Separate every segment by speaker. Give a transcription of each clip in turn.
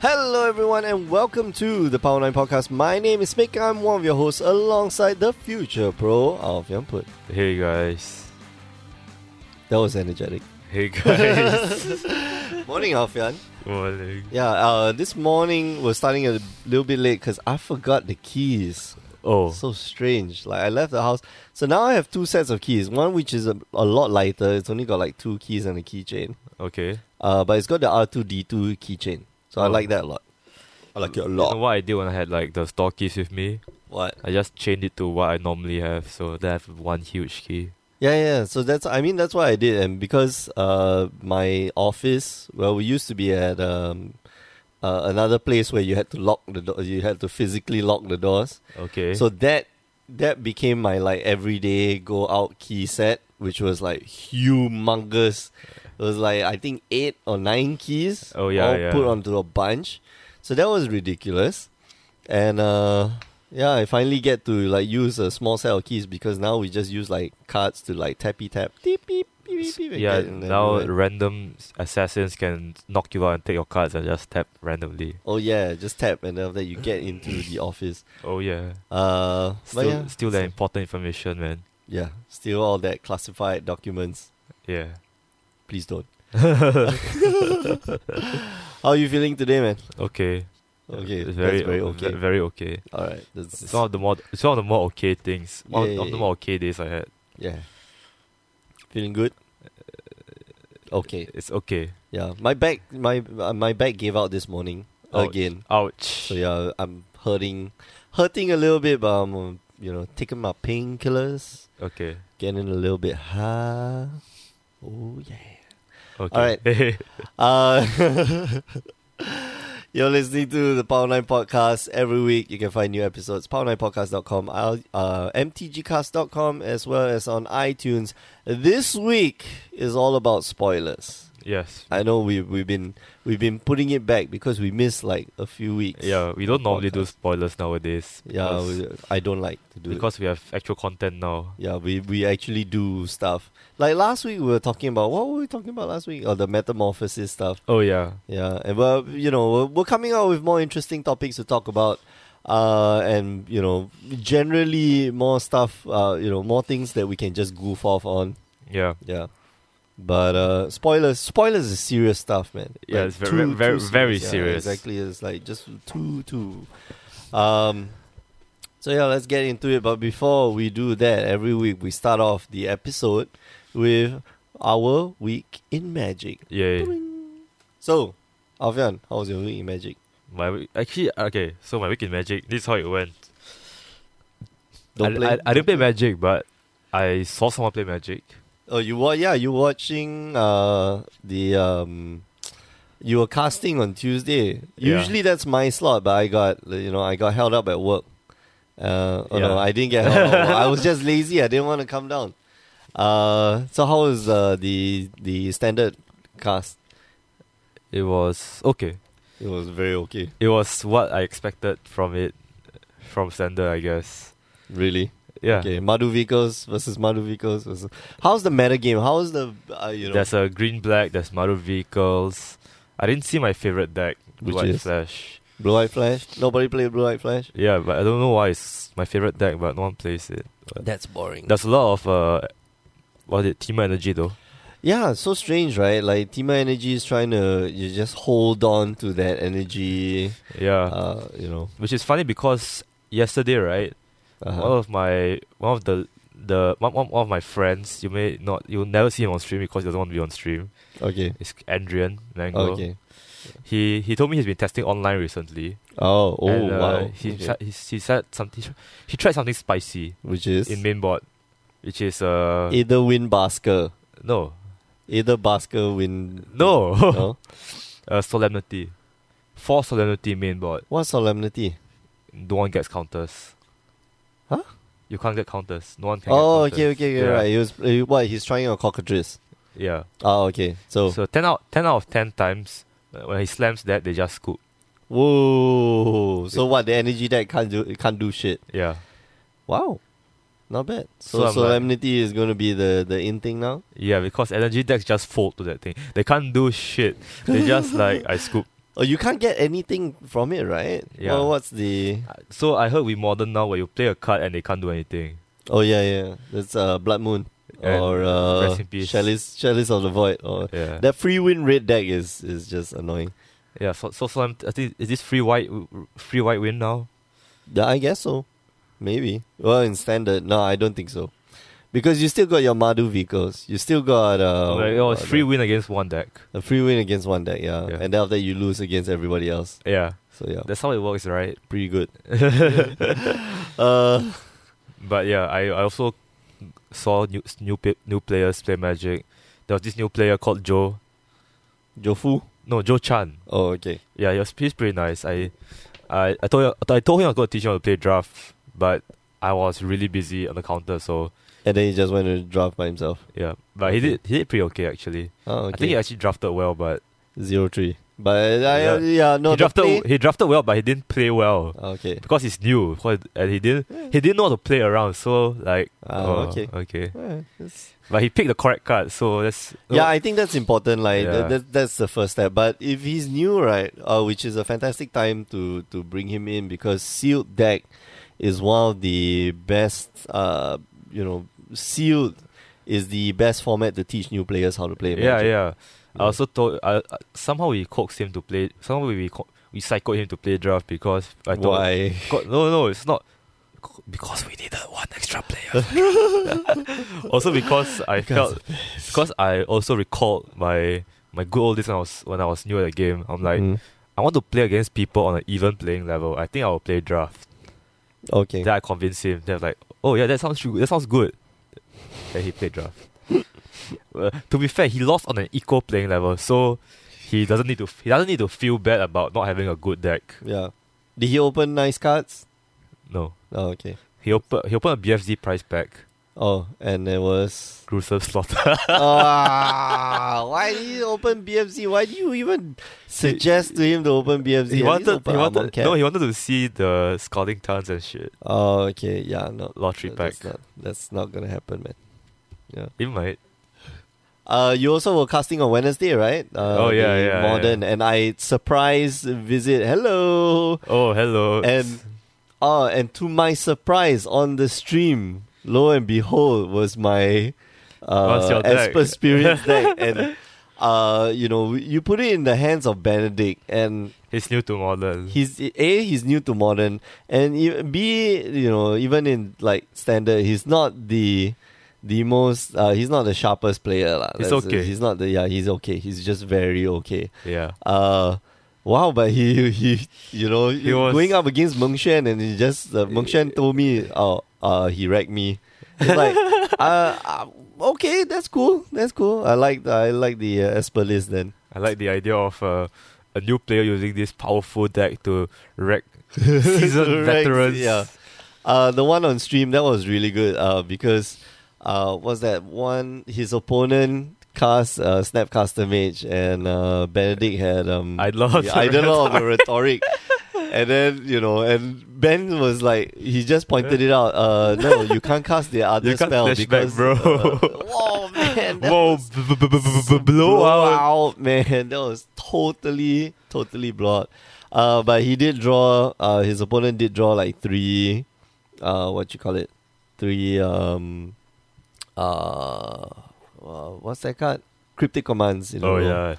Speaker 1: Hello, everyone, and welcome to the Power 9 Podcast. My name is Mick. I'm one of your hosts alongside the future pro of Put.
Speaker 2: Hey guys.
Speaker 1: That was energetic.
Speaker 2: Hey guys.
Speaker 1: Morning, Alfian.
Speaker 2: Morning.
Speaker 1: Yeah, uh, this morning we're starting a little bit late because I forgot the keys.
Speaker 2: Oh.
Speaker 1: So strange. Like, I left the house. So now I have two sets of keys. One which is a, a lot lighter, it's only got like two keys and a keychain.
Speaker 2: Okay.
Speaker 1: Uh, but it's got the R2D2 keychain. So I
Speaker 2: Oh.
Speaker 1: like that a lot. I like it a
Speaker 2: You know
Speaker 1: lot.
Speaker 2: what I did when I had like the store keys with me?
Speaker 1: What?
Speaker 2: I just changed it to what I normally have, so then I have one huge key.
Speaker 1: Yeah, yeah. So that's I mean that's what I did, and because uh my office, well, we used to be at um uh, another place where you had to lock the door, you had to physically lock the doors.
Speaker 2: Okay.
Speaker 1: So that that became my like everyday go out key set, which was like humongous. It was like I think eight or nine keys.
Speaker 2: Oh, yeah,
Speaker 1: all
Speaker 2: yeah.
Speaker 1: put onto a bunch. So that was ridiculous, and uh, yeah, I finally get to like use a small set of keys because now we just use like cards to like tappy tap, beep beep beep beep. beep
Speaker 2: yeah,
Speaker 1: again, and then
Speaker 2: now
Speaker 1: do it.
Speaker 2: random assassins can knock you out and take your cards and just tap randomly.
Speaker 1: Oh yeah, just tap, and then after that you get into the office.
Speaker 2: Oh yeah.
Speaker 1: Uh, but
Speaker 2: Still
Speaker 1: yeah,
Speaker 2: still that important information, man.
Speaker 1: yeah, steal all that classified documents.
Speaker 2: Yeah.
Speaker 1: Please don't. How are you feeling today, man?
Speaker 2: Okay.
Speaker 1: Okay,
Speaker 2: It's
Speaker 1: that's very okay.
Speaker 2: ve- Very okay.
Speaker 1: All right, that's
Speaker 2: It's one of the more it's one of the more okay things. One
Speaker 1: Yeah,
Speaker 2: of
Speaker 1: yeah,
Speaker 2: the more okay days I had.
Speaker 1: yeah. Feeling good. Okay,
Speaker 2: It's okay.
Speaker 1: yeah. My back, my uh, my back gave out this morning
Speaker 2: Ouch.
Speaker 1: again.
Speaker 2: Ouch.
Speaker 1: So yeah, I'm hurting, hurting a little bit, but I'm uh, you know taking my painkillers,
Speaker 2: Okay.
Speaker 1: getting a little bit high. Oh yeah.
Speaker 2: Okay.
Speaker 1: Alright. Uh, you're listening to the Power 9 Podcast every week. You can find new episodes, power9podcast.com, I'll- uh, mtgcast.com, as well as on iTunes. This week is all about spoilers.
Speaker 2: yes.
Speaker 1: I know we, we've been we've been putting it back because we missed like a few weeks.
Speaker 2: Yeah, we don't normally do spoilers nowadays.
Speaker 1: Yeah,
Speaker 2: because,
Speaker 1: we- I don't like to do it.
Speaker 2: because we have actual content now.
Speaker 1: Yeah, we, we actually do stuff. Like last week, we were talking about what were we talking about last week? Oh, the metamorphosis stuff.
Speaker 2: Oh yeah,
Speaker 1: Yeah, and well, you know, we're, we're coming out with more interesting topics to talk about, uh, and you know, generally more stuff, uh, you know, more things that we can just goof off on.
Speaker 2: yeah,
Speaker 1: Yeah, but uh, spoilers, spoilers is serious stuff, man.
Speaker 2: Yeah, it's very- very- very serious.
Speaker 1: Yeah, exactly, it's like just too, too. Um, so yeah, let's get into it. But before we do that, every week we start off the episode with our week in magic.
Speaker 2: yeah.
Speaker 1: So, Alfian, how was your week in Magic?
Speaker 2: My week- actually okay. So my week in Magic, this is how it went. I, I, I didn't play Magic, but I saw someone play Magic.
Speaker 1: Oh, you were yeah, you were watching uh the um, you were casting on Tuesday.
Speaker 2: Yeah.
Speaker 1: Usually that's my slot, but I got you know I got held up at work. Uh, oh no,
Speaker 2: Yeah.
Speaker 1: I didn't get held up. at work. I was just lazy. I didn't want to come down. Uh, so how was uh, the the standard cast?
Speaker 2: It was okay.
Speaker 1: It was very okay.
Speaker 2: It was what I expected from it, from Sander, I guess.
Speaker 1: Really.
Speaker 2: Yeah,
Speaker 1: Okay, Madhu Vikos versus Madhu Vikos versus. How's the meta game? How's the uh, you know?
Speaker 2: there's a green black. There's Maru vehicles. I didn't see my favorite deck,
Speaker 1: Which
Speaker 2: White
Speaker 1: is?
Speaker 2: Flash.
Speaker 1: Blue Eye Flash. Nobody played Blue Eye Flash.
Speaker 2: Yeah, but I don't know why it's my favorite deck, but no one plays it.
Speaker 1: That's boring.
Speaker 2: There's a lot of uh, what is it? Team energy though.
Speaker 1: yeah, so strange, right? Like Tima Energy is trying to you just hold on to that energy.
Speaker 2: Yeah,
Speaker 1: Uh, you know.
Speaker 2: which is funny because yesterday, right, one
Speaker 1: uh
Speaker 2: of my one of the the one, one one of my friends, you may not, you'll never see him on stream because he doesn't want to be on stream.
Speaker 1: Okay.
Speaker 2: It's Adrian Mango.
Speaker 1: Okay.
Speaker 2: He he told me he's been testing online recently.
Speaker 1: Oh, oh
Speaker 2: and, uh,
Speaker 1: wow.
Speaker 2: He,
Speaker 1: Okay.
Speaker 2: tri- he he said something. He tried something spicy
Speaker 1: Which is
Speaker 2: in mainboard, which is uh
Speaker 1: either win Basker,
Speaker 2: no
Speaker 1: either Basker win.
Speaker 2: no,
Speaker 1: no.
Speaker 2: uh, solemnity, four solemnity mainboard.
Speaker 1: What solemnity?
Speaker 2: no one gets counters.
Speaker 1: Huh?
Speaker 2: You can't get counters. No one can.
Speaker 1: Oh, okay,
Speaker 2: get
Speaker 1: okay,
Speaker 2: counters.
Speaker 1: okay.
Speaker 2: Yeah.
Speaker 1: Right. He was uh, what? He's trying a cockatrice.
Speaker 2: Yeah.
Speaker 1: Oh, okay. So,
Speaker 2: So ten out ten out of ten times uh, when he slams that they just scoop.
Speaker 1: whoa. So what? The energy deck can't do can't do shit.
Speaker 2: Yeah.
Speaker 1: Wow. Not bad. So,
Speaker 2: So I'm like-
Speaker 1: Solemnity is going to be the, the in thing now?
Speaker 2: Yeah, because energy decks just fold to that thing. They can't do shit. They just like I scoop.
Speaker 1: Oh, you can't get anything from it, right?
Speaker 2: Yeah.
Speaker 1: Well, what's the?
Speaker 2: So I heard we modern now where you play a card and they can't do anything.
Speaker 1: Oh yeah, yeah. That's uh, Blood Moon
Speaker 2: And
Speaker 1: or uh,
Speaker 2: rest in peace.
Speaker 1: Chalice, Chalice of the Void. Or
Speaker 2: Yeah.
Speaker 1: that free win red deck is is just annoying.
Speaker 2: yeah. So so, so I'm, I think is this free white free white win now?
Speaker 1: Yeah, I guess so. Maybe. Well, in standard, no, I don't think so. Because you still got your Madu vehicles. You still got uh,
Speaker 2: Like, oh, it's
Speaker 1: uh,
Speaker 2: free win against one deck.
Speaker 1: A free win against one deck, yeah.
Speaker 2: Yeah.
Speaker 1: And then after that you lose against everybody else.
Speaker 2: Yeah.
Speaker 1: So yeah,
Speaker 2: That's how it works, right?
Speaker 1: pretty good. uh,
Speaker 2: But yeah, I, I also saw new new pe- new players play Magic. There was this new player called Joe.
Speaker 1: Jofu.
Speaker 2: No, Joe Chan.
Speaker 1: Oh, okay.
Speaker 2: Yeah, he was, he's pretty nice. I, I, I told I told him I was going to teach him how to play draft, but I was really busy on the counter, so
Speaker 1: And then he just went to draft by himself.
Speaker 2: yeah. But he did he did pretty okay actually.
Speaker 1: Oh,
Speaker 2: I think he
Speaker 1: okay.
Speaker 2: actually drafted well, but
Speaker 1: Zero three. But I, yeah.
Speaker 2: Yeah.
Speaker 1: no,
Speaker 2: he
Speaker 1: the
Speaker 2: drafted
Speaker 1: play-
Speaker 2: he drafted well, but he didn't play well
Speaker 1: Okay.
Speaker 2: because he's new, because- and he didn't he didn't know how to play around. So like,
Speaker 1: Ah,
Speaker 2: oh,
Speaker 1: okay.
Speaker 2: okay.
Speaker 1: Alright, that's-
Speaker 2: But he picked the correct card, so that's
Speaker 1: Yeah, I think that's important. Like
Speaker 2: Yeah.
Speaker 1: that, that, that's the first step. But if he's new, right, uh, which is a fantastic time to to bring him in because sealed deck is one of the best. Uh, you know, sealed is the best format to teach new players how to play.
Speaker 2: yeah,
Speaker 1: Magic.
Speaker 2: yeah. I
Speaker 1: Yeah.
Speaker 2: also told I, I- somehow we coaxed him to play. Somehow we co- we psyched him to play draft because I told
Speaker 1: Why?
Speaker 2: God, no, no, it's not because we needed one extra player. also because I
Speaker 1: Because-
Speaker 2: felt because I also recalled my my good old days when I was when I was new at the game. I'm like
Speaker 1: Mm.
Speaker 2: I want to play against people on an even playing level. I think I will play draft.
Speaker 1: Okay.
Speaker 2: Then I convinced him. Then I'm like, oh yeah, that sounds true. That sounds good. Then he played draft. Uh, to be fair, he lost on an equal playing level, so he doesn't need to. He doesn't need to feel bad about not having a good deck.
Speaker 1: yeah. Did he open nice cards?
Speaker 2: No,
Speaker 1: Oh, okay.
Speaker 2: he opened. He opened a BFZ price pack.
Speaker 1: Oh, and there was.
Speaker 2: gruesome slaughter.
Speaker 1: Ah, why did you open BFC? Why do you even suggest to him to open BFC?
Speaker 2: he
Speaker 1: At least
Speaker 2: wanted,
Speaker 1: open
Speaker 2: he
Speaker 1: Armand
Speaker 2: wanted,
Speaker 1: Cat.
Speaker 2: no, he wanted to see the scalding tons and shit.
Speaker 1: Oh, okay. Yeah, no.
Speaker 2: Lottery pack.
Speaker 1: That's not, that's not gonna happen, man.
Speaker 2: It might.
Speaker 1: Uh, you also were casting on Wednesday, right? Uh,
Speaker 2: Oh, yeah,
Speaker 1: the
Speaker 2: yeah,
Speaker 1: Modern, and I surprise visit. Hello,
Speaker 2: Oh, hello.
Speaker 1: and oh, and to my surprise, on the stream, lo and behold, was my
Speaker 2: What's
Speaker 1: uh,
Speaker 2: your deck?
Speaker 1: Esper Spirits deck, and uh, you know, you put it in the hands of Benedict, and
Speaker 2: he's new to modern.
Speaker 1: he's a he's new to modern and e- b you know even in like standard he's not the the most uh, he's not the sharpest player lah.
Speaker 2: He's
Speaker 1: That's-
Speaker 2: okay.
Speaker 1: he's not the yeah he's okay he's just very okay
Speaker 2: yeah.
Speaker 1: uh wow but he he you know
Speaker 2: He was-
Speaker 1: going up against Meng Xuan and he just uh, Meng Xuan told me oh uh he wrecked me it's like uh, uh okay that's cool that's cool I like I like the uh, Esper list then
Speaker 2: I like the idea of uh, a new player using this powerful deck to wreck seasoned
Speaker 1: Correct,
Speaker 2: veterans.
Speaker 1: Yeah. Uh, the one on stream that was really good. Uh, because uh, was that one his oppononent cast uh, Snapcaster Mage and uh, Benedict had um
Speaker 2: I love
Speaker 1: the idol of the rhetoric. And then you know, and Ben was like, he just pointed it out. Uh, no, you can't cast the other
Speaker 2: You can't
Speaker 1: spell
Speaker 2: flashback,
Speaker 1: because
Speaker 2: bro.
Speaker 1: uh, whoa, man, that
Speaker 2: Whoa,
Speaker 1: was
Speaker 2: b- b- b- b- b- blow out.
Speaker 1: blowout, man. That was totally, totally blowout. Uh, but he did draw. Uh, his opponent did draw like three. Uh, what you call it? Three. Um. Uh, uh, what's that card? Cryptic commands. In a
Speaker 2: Oh,
Speaker 1: row.
Speaker 2: yeah.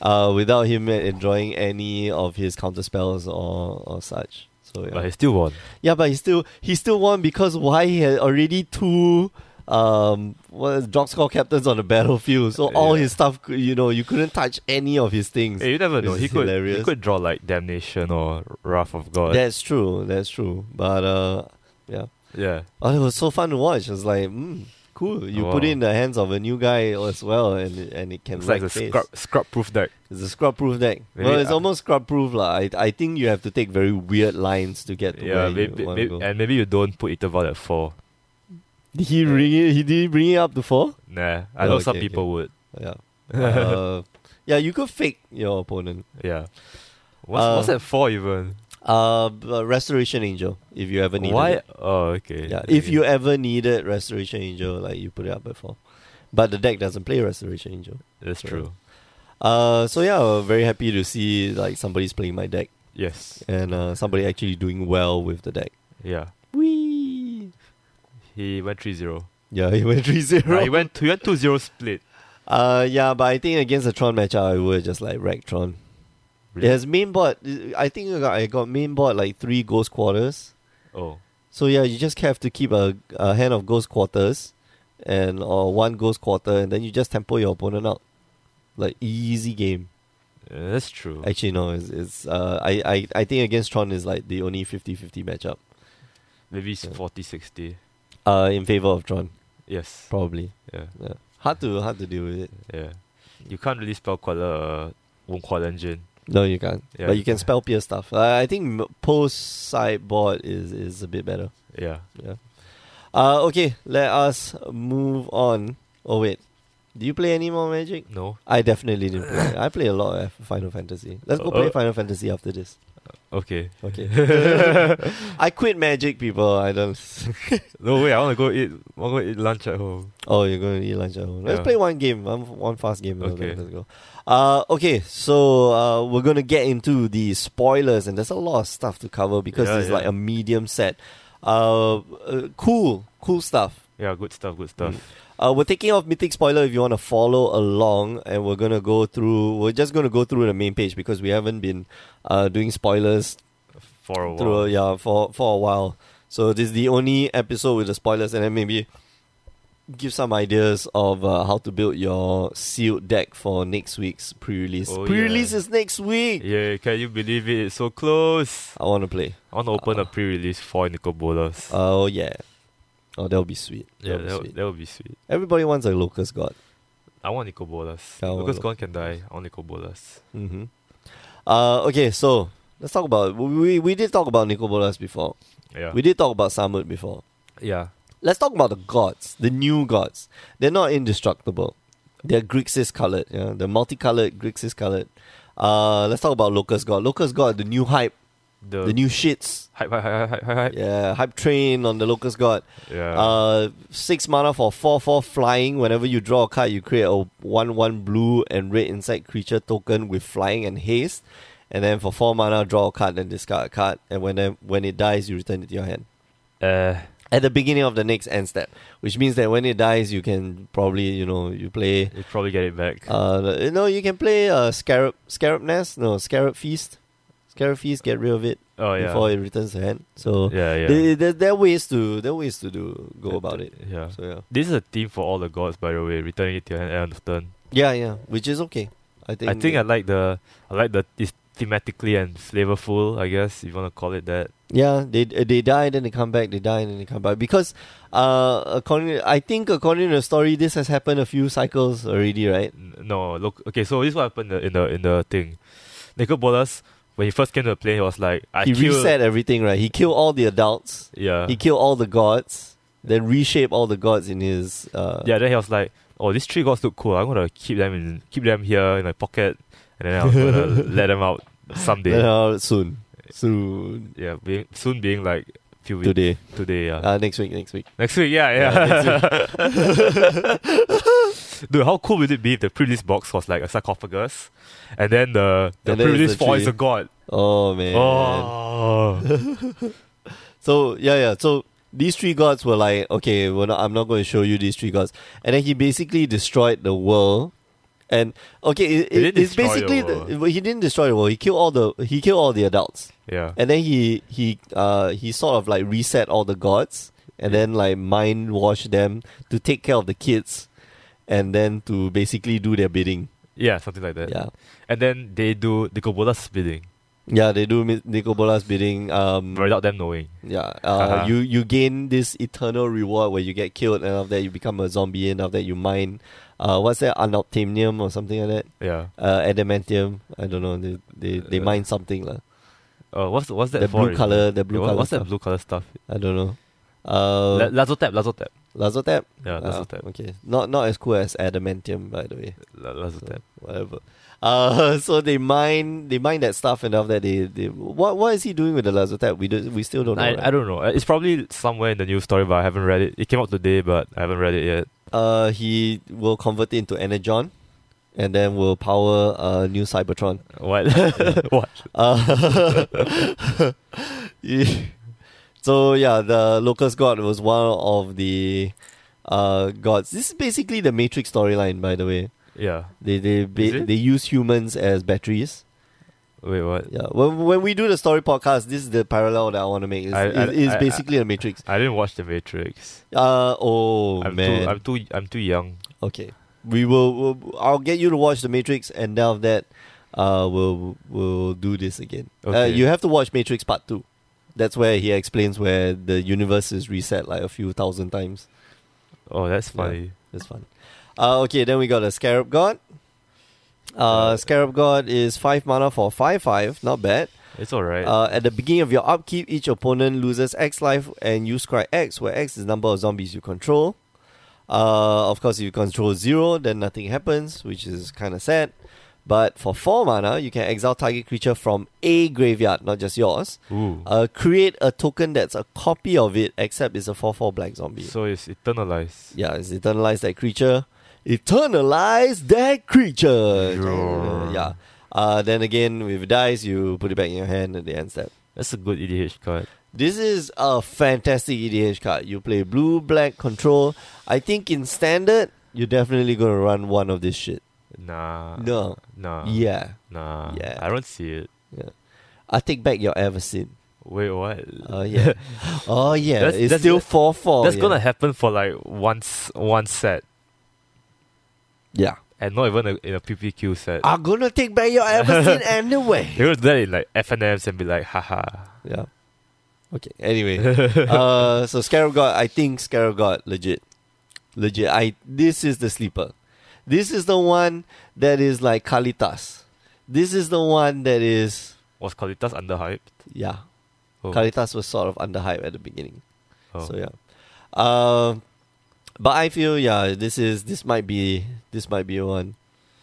Speaker 1: Uh, without him uh, drawing any of his counter spells or or such. So yeah.
Speaker 2: But he still won.
Speaker 1: Yeah, but he still he still won because why he had already two um what drop score captains on the battlefield. So all
Speaker 2: Yeah.
Speaker 1: his stuff cou- you know, you couldn't touch any of his things.
Speaker 2: Hey, you never know.
Speaker 1: This
Speaker 2: He
Speaker 1: is
Speaker 2: could,
Speaker 1: hilarious.
Speaker 2: he could draw like Damnation or Wrath of God.
Speaker 1: That's true, that's true. But uh yeah.
Speaker 2: yeah.
Speaker 1: Oh, it was so fun to watch. It was like, mm, cool. You put
Speaker 2: Wow.
Speaker 1: it in the hands of a new guy as well and it- and it can
Speaker 2: It's like
Speaker 1: wreck
Speaker 2: a
Speaker 1: face.
Speaker 2: scrub, scrub proof deck.
Speaker 1: It's a scrub proof deck.
Speaker 2: Maybe
Speaker 1: well, it's
Speaker 2: I-
Speaker 1: almost scrub proof lah. I I think you have to take very weird lines to get to
Speaker 2: Yeah,
Speaker 1: where
Speaker 2: maybe,
Speaker 1: you want
Speaker 2: maybe,
Speaker 1: to go.
Speaker 2: and maybe you don't put Interval at 4.
Speaker 1: Did he bring it, he did he bring it up to four?
Speaker 2: Nah,
Speaker 1: Oh,
Speaker 2: I know some
Speaker 1: okay,
Speaker 2: people would.
Speaker 1: Yeah. Uh, yeah, you could fake your opponent.
Speaker 2: Yeah. What's,
Speaker 1: Uh,
Speaker 2: what's at 4 even?
Speaker 1: Uh, b- uh, Restoration Angel, if you ever needed
Speaker 2: Why?
Speaker 1: it.
Speaker 2: Oh, okay.
Speaker 1: Yeah, if you ever needed Restoration Angel, like you put it up before. But the deck doesn't play Restoration Angel.
Speaker 2: That's
Speaker 1: so-
Speaker 2: true.
Speaker 1: Uh, so yeah, uh, very happy to see like somebody's playing my deck
Speaker 2: Yes.
Speaker 1: and uh, somebody actually doing well with the deck.
Speaker 2: Yeah.
Speaker 1: Wee.
Speaker 2: He went 3 0.
Speaker 1: Yeah, he went 3-0.
Speaker 2: he went he went 2 0 split.
Speaker 1: Uh, yeah, but I think against the Tron matchup, I would just like wreck Tron.
Speaker 2: Really?
Speaker 1: It has main board. I think I got, I got main board like three ghost quarters.
Speaker 2: Oh.
Speaker 1: So yeah, you just have to keep a, a hand of ghost quarters, and or one ghost quarter, and then you just tempo your opponent out. Like easy game.
Speaker 2: Yeah, that's true.
Speaker 1: Actually, no, it's, it's uh, I, I I think against Tron is like the only 50-50 matchup.
Speaker 2: Maybe it's
Speaker 1: Yeah.
Speaker 2: 40 60.
Speaker 1: Uh, in favor of Tron,
Speaker 2: Yes.
Speaker 1: probably.
Speaker 2: Yeah.
Speaker 1: Yeah. Hard to hard to deal with it.
Speaker 2: Yeah. You can't really spell Kuala uh, Wong Kuala Engine.
Speaker 1: No, you can't.
Speaker 2: Yeah.
Speaker 1: But you can spell pierce stuff. I I think m- post sideboard is is a bit better.
Speaker 2: Yeah.
Speaker 1: Yeah. Uh, okay, let us move on. Oh wait, do you play any more Magic?
Speaker 2: No.
Speaker 1: I definitely didn't play. I play a lot of Final Fantasy. Let's go play
Speaker 2: Uh,
Speaker 1: Final Fantasy after this.
Speaker 2: Okay.
Speaker 1: Okay. I quit Magic, people. I don't.
Speaker 2: No wait, I wanna go eat I wanna go eat lunch at home.
Speaker 1: Oh, you're going to eat lunch at home. Let's
Speaker 2: Yeah.
Speaker 1: play one game. One, one fast game. Let's-
Speaker 2: Okay.
Speaker 1: Let's go. Uh, okay, so uh, we're going to get into the spoilers, and there's a lot of stuff to cover because
Speaker 2: Yeah,
Speaker 1: it's
Speaker 2: yeah.
Speaker 1: like a medium set. Uh, uh, cool, cool stuff.
Speaker 2: Yeah, good stuff, good stuff.
Speaker 1: Uh, we're taking off Mythic Spoiler if you want to follow along, and we're gonna go through. We're just gonna go through the main page because we haven't been uh, doing spoilers
Speaker 2: For a
Speaker 1: through
Speaker 2: while.
Speaker 1: yeah for for a while. So this is the only episode with the spoilers, and then maybe give some ideas of uh, how to build your sealed deck for next week's pre-release.
Speaker 2: Oh,
Speaker 1: pre-release
Speaker 2: yeah.
Speaker 1: is next week.
Speaker 2: Yeah, can you believe it? It's so close.
Speaker 1: I want to play.
Speaker 2: I wanna open
Speaker 1: Uh,
Speaker 2: a pre release for Nicol Bolas.
Speaker 1: Oh yeah, oh that'll be sweet.
Speaker 2: yeah,
Speaker 1: That'll be
Speaker 2: that,
Speaker 1: sweet.
Speaker 2: would- that would be sweet.
Speaker 1: Everybody wants a locust god.
Speaker 2: I want Nicol Bolas.
Speaker 1: I want
Speaker 2: Because
Speaker 1: Nico-
Speaker 2: Gone can die. I want Nicol Bolas.
Speaker 1: Mm-hmm. Uh, okay, so let's talk about we we did talk about Nicobolas before.
Speaker 2: Yeah.
Speaker 1: We did talk about Samut before.
Speaker 2: yeah.
Speaker 1: Let's talk about the gods, the new gods. They're not indestructible. They're Grixis colored. Yeah, they're multicolored Grixis colored. Uh, let's talk about Locust God. Locust God, the new hype,
Speaker 2: The,
Speaker 1: the new shits.
Speaker 2: hype hype hype hype Uh, hype hype.
Speaker 1: Yeah, hype train on the Locust God.
Speaker 2: Yeah.
Speaker 1: Uh, six mana for four four flying. Whenever you draw a card, you create a one one blue and red insect creature token with flying and haste. And then for four mana, draw a card and discard a card. And when when it dies, you return it to your hand
Speaker 2: Uh,
Speaker 1: at the beginning of the next end step, which means that when it dies, you can probably you know you play.
Speaker 2: you probably get it back.
Speaker 1: Uh, you know you can play uh, scarab scarab nest no scarab feast, scarab feast get rid of it
Speaker 2: oh yeah.
Speaker 1: before it returns to hand. So
Speaker 2: yeah, yeah.
Speaker 1: there, there, there are ways to there are ways to do go about it.
Speaker 2: Yeah.
Speaker 1: So yeah.
Speaker 2: This is a theme for all the gods, by the way. Returning it to your hand at the end of turn.
Speaker 1: Yeah, yeah, which is okay. I think.
Speaker 2: I think I like the I like the it's thematically and flavorful. I guess if you want to call it that.
Speaker 1: yeah, they they die, then they come back. They die, and then they come back. Because, uh, according, I think according to the story, this has happened a few cycles already, right?
Speaker 2: N- No, look. Okay, so this is what happened in the in the thing. Nicol Bolas, when he first came to the plane, he was like, "I
Speaker 1: he
Speaker 2: kill."
Speaker 1: reset everything, right? He killed all the adults.
Speaker 2: Yeah.
Speaker 1: he killed all the gods. Then reshape all the gods in his. Uh,
Speaker 2: yeah. Then he was like, "Oh, these three gods look cool. I'm gonna keep them in keep them here in my pocket, and then I'm gonna let them out someday."
Speaker 1: then, uh, soon, soon
Speaker 2: Yeah, being, soon being like few weeks
Speaker 1: today,
Speaker 2: today. Yeah.
Speaker 1: uh, next week, next week.
Speaker 2: Next week, yeah, yeah. Dude, how cool would it be if the pre-release box was like a sarcophagus, and then the the
Speaker 1: And then it's
Speaker 2: pre-release
Speaker 1: the
Speaker 2: four is
Speaker 1: tree.
Speaker 2: a god.
Speaker 1: Oh man!
Speaker 2: Oh,
Speaker 1: So yeah, yeah. So these three gods were like, okay, we're not, I'm not going to show you these three gods, and then he basically destroyed the world. And okay, it,
Speaker 2: He
Speaker 1: it-
Speaker 2: didn't
Speaker 1: it's
Speaker 2: destroy the
Speaker 1: basically
Speaker 2: world.
Speaker 1: he didn't destroy the world. He killed all the he killed all the adults,
Speaker 2: yeah,
Speaker 1: and then he he uh he sort of like reset all the gods, and then like mind wash them to take care of the kids, and then to basically do their bidding.
Speaker 2: yeah, something like that.
Speaker 1: Yeah,
Speaker 2: And then they do the Gobola spitting
Speaker 1: yeah, they do Mi- Nicobola's bidding. Um,
Speaker 2: without them knowing.
Speaker 1: Yeah, uh,
Speaker 2: Haha.
Speaker 1: you you gain this eternal reward where you get killed, and after that you become a zombie, and after that you mine, uh, what's that, unobtainium or something like that,
Speaker 2: Yeah.
Speaker 1: uh, adamantium. I don't know. They they, they
Speaker 2: Uh,
Speaker 1: mine something lah.
Speaker 2: Uh, what's what's that?
Speaker 1: The
Speaker 2: for
Speaker 1: blue
Speaker 2: again?
Speaker 1: color, the blue
Speaker 2: What-
Speaker 1: color.
Speaker 2: What's
Speaker 1: stuff.
Speaker 2: that blue color stuff?
Speaker 1: I don't know. Uh,
Speaker 2: La- Lazo tap, Lazo tap,
Speaker 1: Lazo tap.
Speaker 2: Yeah, Lazo
Speaker 1: Ah,
Speaker 2: tap.
Speaker 1: Okay, not not as cool as adamantium, by the way.
Speaker 2: La- Lazo
Speaker 1: So,
Speaker 2: tap.
Speaker 1: whatever. Uh, so they mine they mine that stuff, and after that they, they what what is he doing with the Lazo tap? We do, we still don't know.
Speaker 2: I,
Speaker 1: right?
Speaker 2: I don't know. Uh, It's probably somewhere in the news story, but I haven't read it. It came out today, but I haven't read it yet.
Speaker 1: Uh, he will convert it into energon, and then we'll power a new Cybertron.
Speaker 2: What? what?
Speaker 1: Uh, ye- so yeah, the Locust God was one of the uh, gods. This is basically the Matrix storyline, by the way.
Speaker 2: Yeah.
Speaker 1: They they
Speaker 2: Is
Speaker 1: ba-
Speaker 2: it?
Speaker 1: they use humans as batteries.
Speaker 2: Wait, what?
Speaker 1: Yeah. When when we do the story podcast, this is the parallel that I want to make. It's,
Speaker 2: I- I-
Speaker 1: it's- it's
Speaker 2: I-
Speaker 1: basically the Matrix.
Speaker 2: I didn't watch The Matrix.
Speaker 1: Uh oh
Speaker 2: I'm
Speaker 1: man.
Speaker 2: too. I'm too. I'm too young.
Speaker 1: Okay. We will. We'll, I'll get you to watch The Matrix, and then after that, uh, we'll we'll do this again. Uh,
Speaker 2: Okay.
Speaker 1: you have to watch Matrix Part Two. That's where he explains where the universe is reset like a few thousand times.
Speaker 2: Oh, that's
Speaker 1: Yeah.
Speaker 2: funny.
Speaker 1: That's fun. Uh, okay, then we got a Scarab God. Uh,
Speaker 2: Uh,
Speaker 1: Scarab God is five mana for five five. Not bad.
Speaker 2: It's alright.
Speaker 1: Uh, at the beginning of your upkeep, each opponent loses X life, and you scry X, where X is the number of zombies you control. Uh, of course, if you control zero, then nothing happens, which is kind of sad. But for four mana, you can exile target creature from a graveyard, not just yours.
Speaker 2: Ooh.
Speaker 1: Uh, create a token that's a copy of it, except it's a four-four black zombie.
Speaker 2: so it's eternalized.
Speaker 1: yeah, it's eternalize that creature. Eternalize that creature.
Speaker 2: Yeah.
Speaker 1: Yeah. Uh, then again, with dice, you put it back in your hand at the end step.
Speaker 2: That's a good EDH card.
Speaker 1: This is a fantastic EDH card. You play blue, black, control. I think in standard, you're definitely gonna run one of this shit.
Speaker 2: Nah.
Speaker 1: No.
Speaker 2: Nah.
Speaker 1: yeah.
Speaker 2: Nah.
Speaker 1: Yeah.
Speaker 2: I don't see it.
Speaker 1: Yeah. I take back your Eversin.
Speaker 2: Wait, what?
Speaker 1: Oh yeah. oh yeah.
Speaker 2: That's-
Speaker 1: it's
Speaker 2: that's-
Speaker 1: still four four.
Speaker 2: that's
Speaker 1: oh, yeah.
Speaker 2: gonna happen for like once one set,
Speaker 1: Yeah.
Speaker 2: and not even a, in a PPQ set.
Speaker 1: I'm gonna take back your Eversin anyway.
Speaker 2: They're gonna do that in like FNMs and be like, haha.
Speaker 1: Yeah. Okay. Anyway. uh so Scarab God, I think Scarab God legit. Legit. I this is the sleeper. This is the one that is like Kalitas. This is the one that is
Speaker 2: Was Colitas underhyped?
Speaker 1: yeah.
Speaker 2: Oh.
Speaker 1: Kalitas was sort of underhyped at the beginning.
Speaker 2: oh.
Speaker 1: So yeah. Um but I feel yeah, this is this might be this might be one.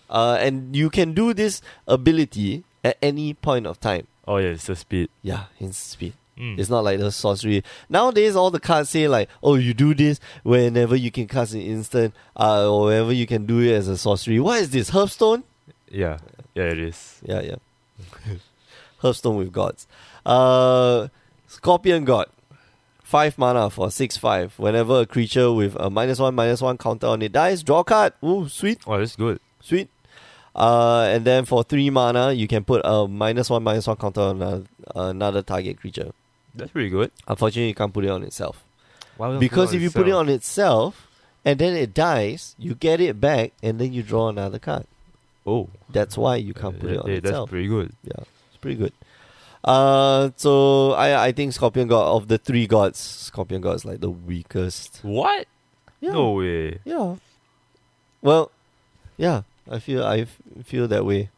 Speaker 1: Uh and you can do this ability at any point of time.
Speaker 2: Oh yeah, it's the speed.
Speaker 1: Yeah, in speed.
Speaker 2: Mm.
Speaker 1: It's not like the sorcery. Nowadays, all the cards say like, "Oh, you do this whenever you can cast an instant, uh, or whenever you can do it as a sorcery." What is this Herbstone?
Speaker 2: yeah, yeah, it is.
Speaker 1: Yeah, yeah. Herbstone with gods. Uh, Scorpion God, five mana for six five. Whenever a creature with a minus one minus one counter on it dies, draw a card. Ooh, sweet,
Speaker 2: Oh, that's good.
Speaker 1: sweet. Uh, and then for three mana, you can put a minus one minus one counter on a, another target creature.
Speaker 2: That's pretty good.
Speaker 1: Unfortunately, you can't put it on itself.
Speaker 2: Why would I put
Speaker 1: Because
Speaker 2: it
Speaker 1: if you put it on itself and then it dies, you get it back and then you draw another card.
Speaker 2: oh,
Speaker 1: That's why you can't
Speaker 2: uh,
Speaker 1: put it on
Speaker 2: yeah,
Speaker 1: itself.
Speaker 2: That's pretty good.
Speaker 1: yeah, it's pretty good. Uh, so I I think Scorpion God of the three gods, Scorpion God is like the weakest.
Speaker 2: What?
Speaker 1: Yeah,
Speaker 2: No way.
Speaker 1: yeah. Well, yeah, I feel I f- feel that way,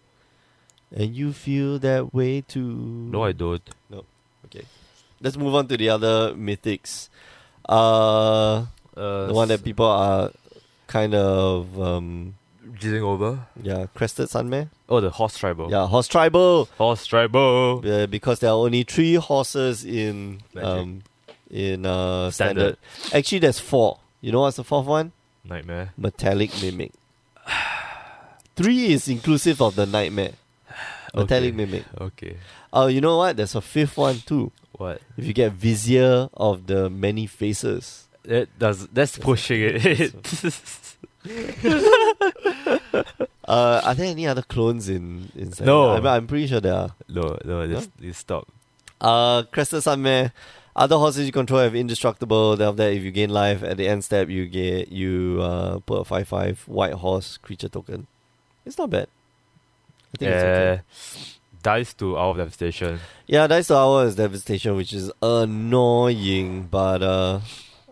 Speaker 1: and you feel that way too.
Speaker 2: No, I don't.
Speaker 1: Okay, let's move on to the other mythics. Uh,
Speaker 2: Uh,
Speaker 1: the one that people are kind of um
Speaker 2: jizzing over.
Speaker 1: yeah crested sunmare
Speaker 2: Oh, the horse tribal.
Speaker 1: yeah horse tribal
Speaker 2: Horse tribal.
Speaker 1: uh, because there are only three horses in
Speaker 2: Magic.
Speaker 1: um in uh standard. actually there's four you know what's the fourth one
Speaker 2: Nightmare.
Speaker 1: metallic mimic three is inclusive of the nightmare metallic
Speaker 2: Okay.
Speaker 1: mimic
Speaker 2: Okay.
Speaker 1: oh you know what there's a fifth one too
Speaker 2: What?
Speaker 1: if you get vizier of the many faces
Speaker 2: That does. That's pushing it.
Speaker 1: uh, are there any other clones in, in standard?
Speaker 2: No.
Speaker 1: I mean, I'm pretty sure there are
Speaker 2: no, no. This, this stop.
Speaker 1: Uh, Crested Sunmare. Other horses you control have indestructible. Then after that, if you gain life at the end step, you get you uh put a five five white horse creature token. It's not bad. I think it's okay.
Speaker 2: Uh, dies to our devastation.
Speaker 1: Yeah, Dice Tower is devastation, which is annoying, but uh,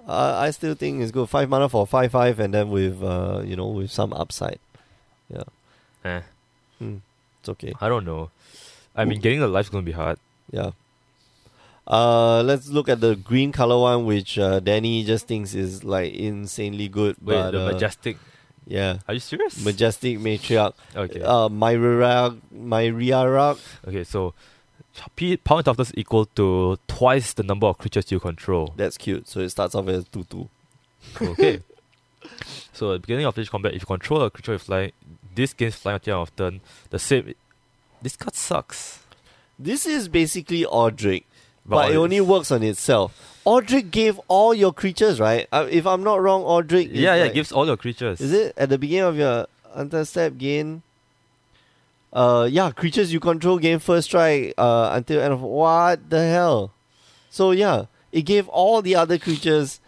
Speaker 1: I, I still think it's good. Five mana for five five, and then with uh you know with some upside. Yeah,
Speaker 2: Eh,
Speaker 1: Hmm. it's okay.
Speaker 2: I don't know. I mean,
Speaker 1: Ooh.
Speaker 2: getting the life's gonna be hard.
Speaker 1: Yeah. Uh, let's look at the green color one, which uh, Danny just thinks is like insanely good.
Speaker 2: Wait,
Speaker 1: but,
Speaker 2: the
Speaker 1: uh,
Speaker 2: majestic.
Speaker 1: yeah,
Speaker 2: Are you serious?
Speaker 1: majestic matriarch.
Speaker 2: okay.
Speaker 1: Uh, Myriarch, Myriarch.
Speaker 2: okay. So, P- power of toughness equal to twice the number of creatures you control.
Speaker 1: That's cute. So it starts off as two two.
Speaker 2: okay. So at the beginning of each combat, if you control a creature with flying, this game's flying out of turn. The same. This card sucks.
Speaker 1: This is basically Audric, but,
Speaker 2: all
Speaker 1: it only
Speaker 2: it's-
Speaker 1: works on itself. Audric gave all your creatures, right? Uh, if I'm not wrong, Audric. is
Speaker 2: Yeah, yeah,
Speaker 1: like-
Speaker 2: it gives all your creatures.
Speaker 1: Is it at the beginning of your until step gain? Uh, yeah, creatures you control gain first strike. Uh, until end of what the hell? So yeah, it gave all the other creatures.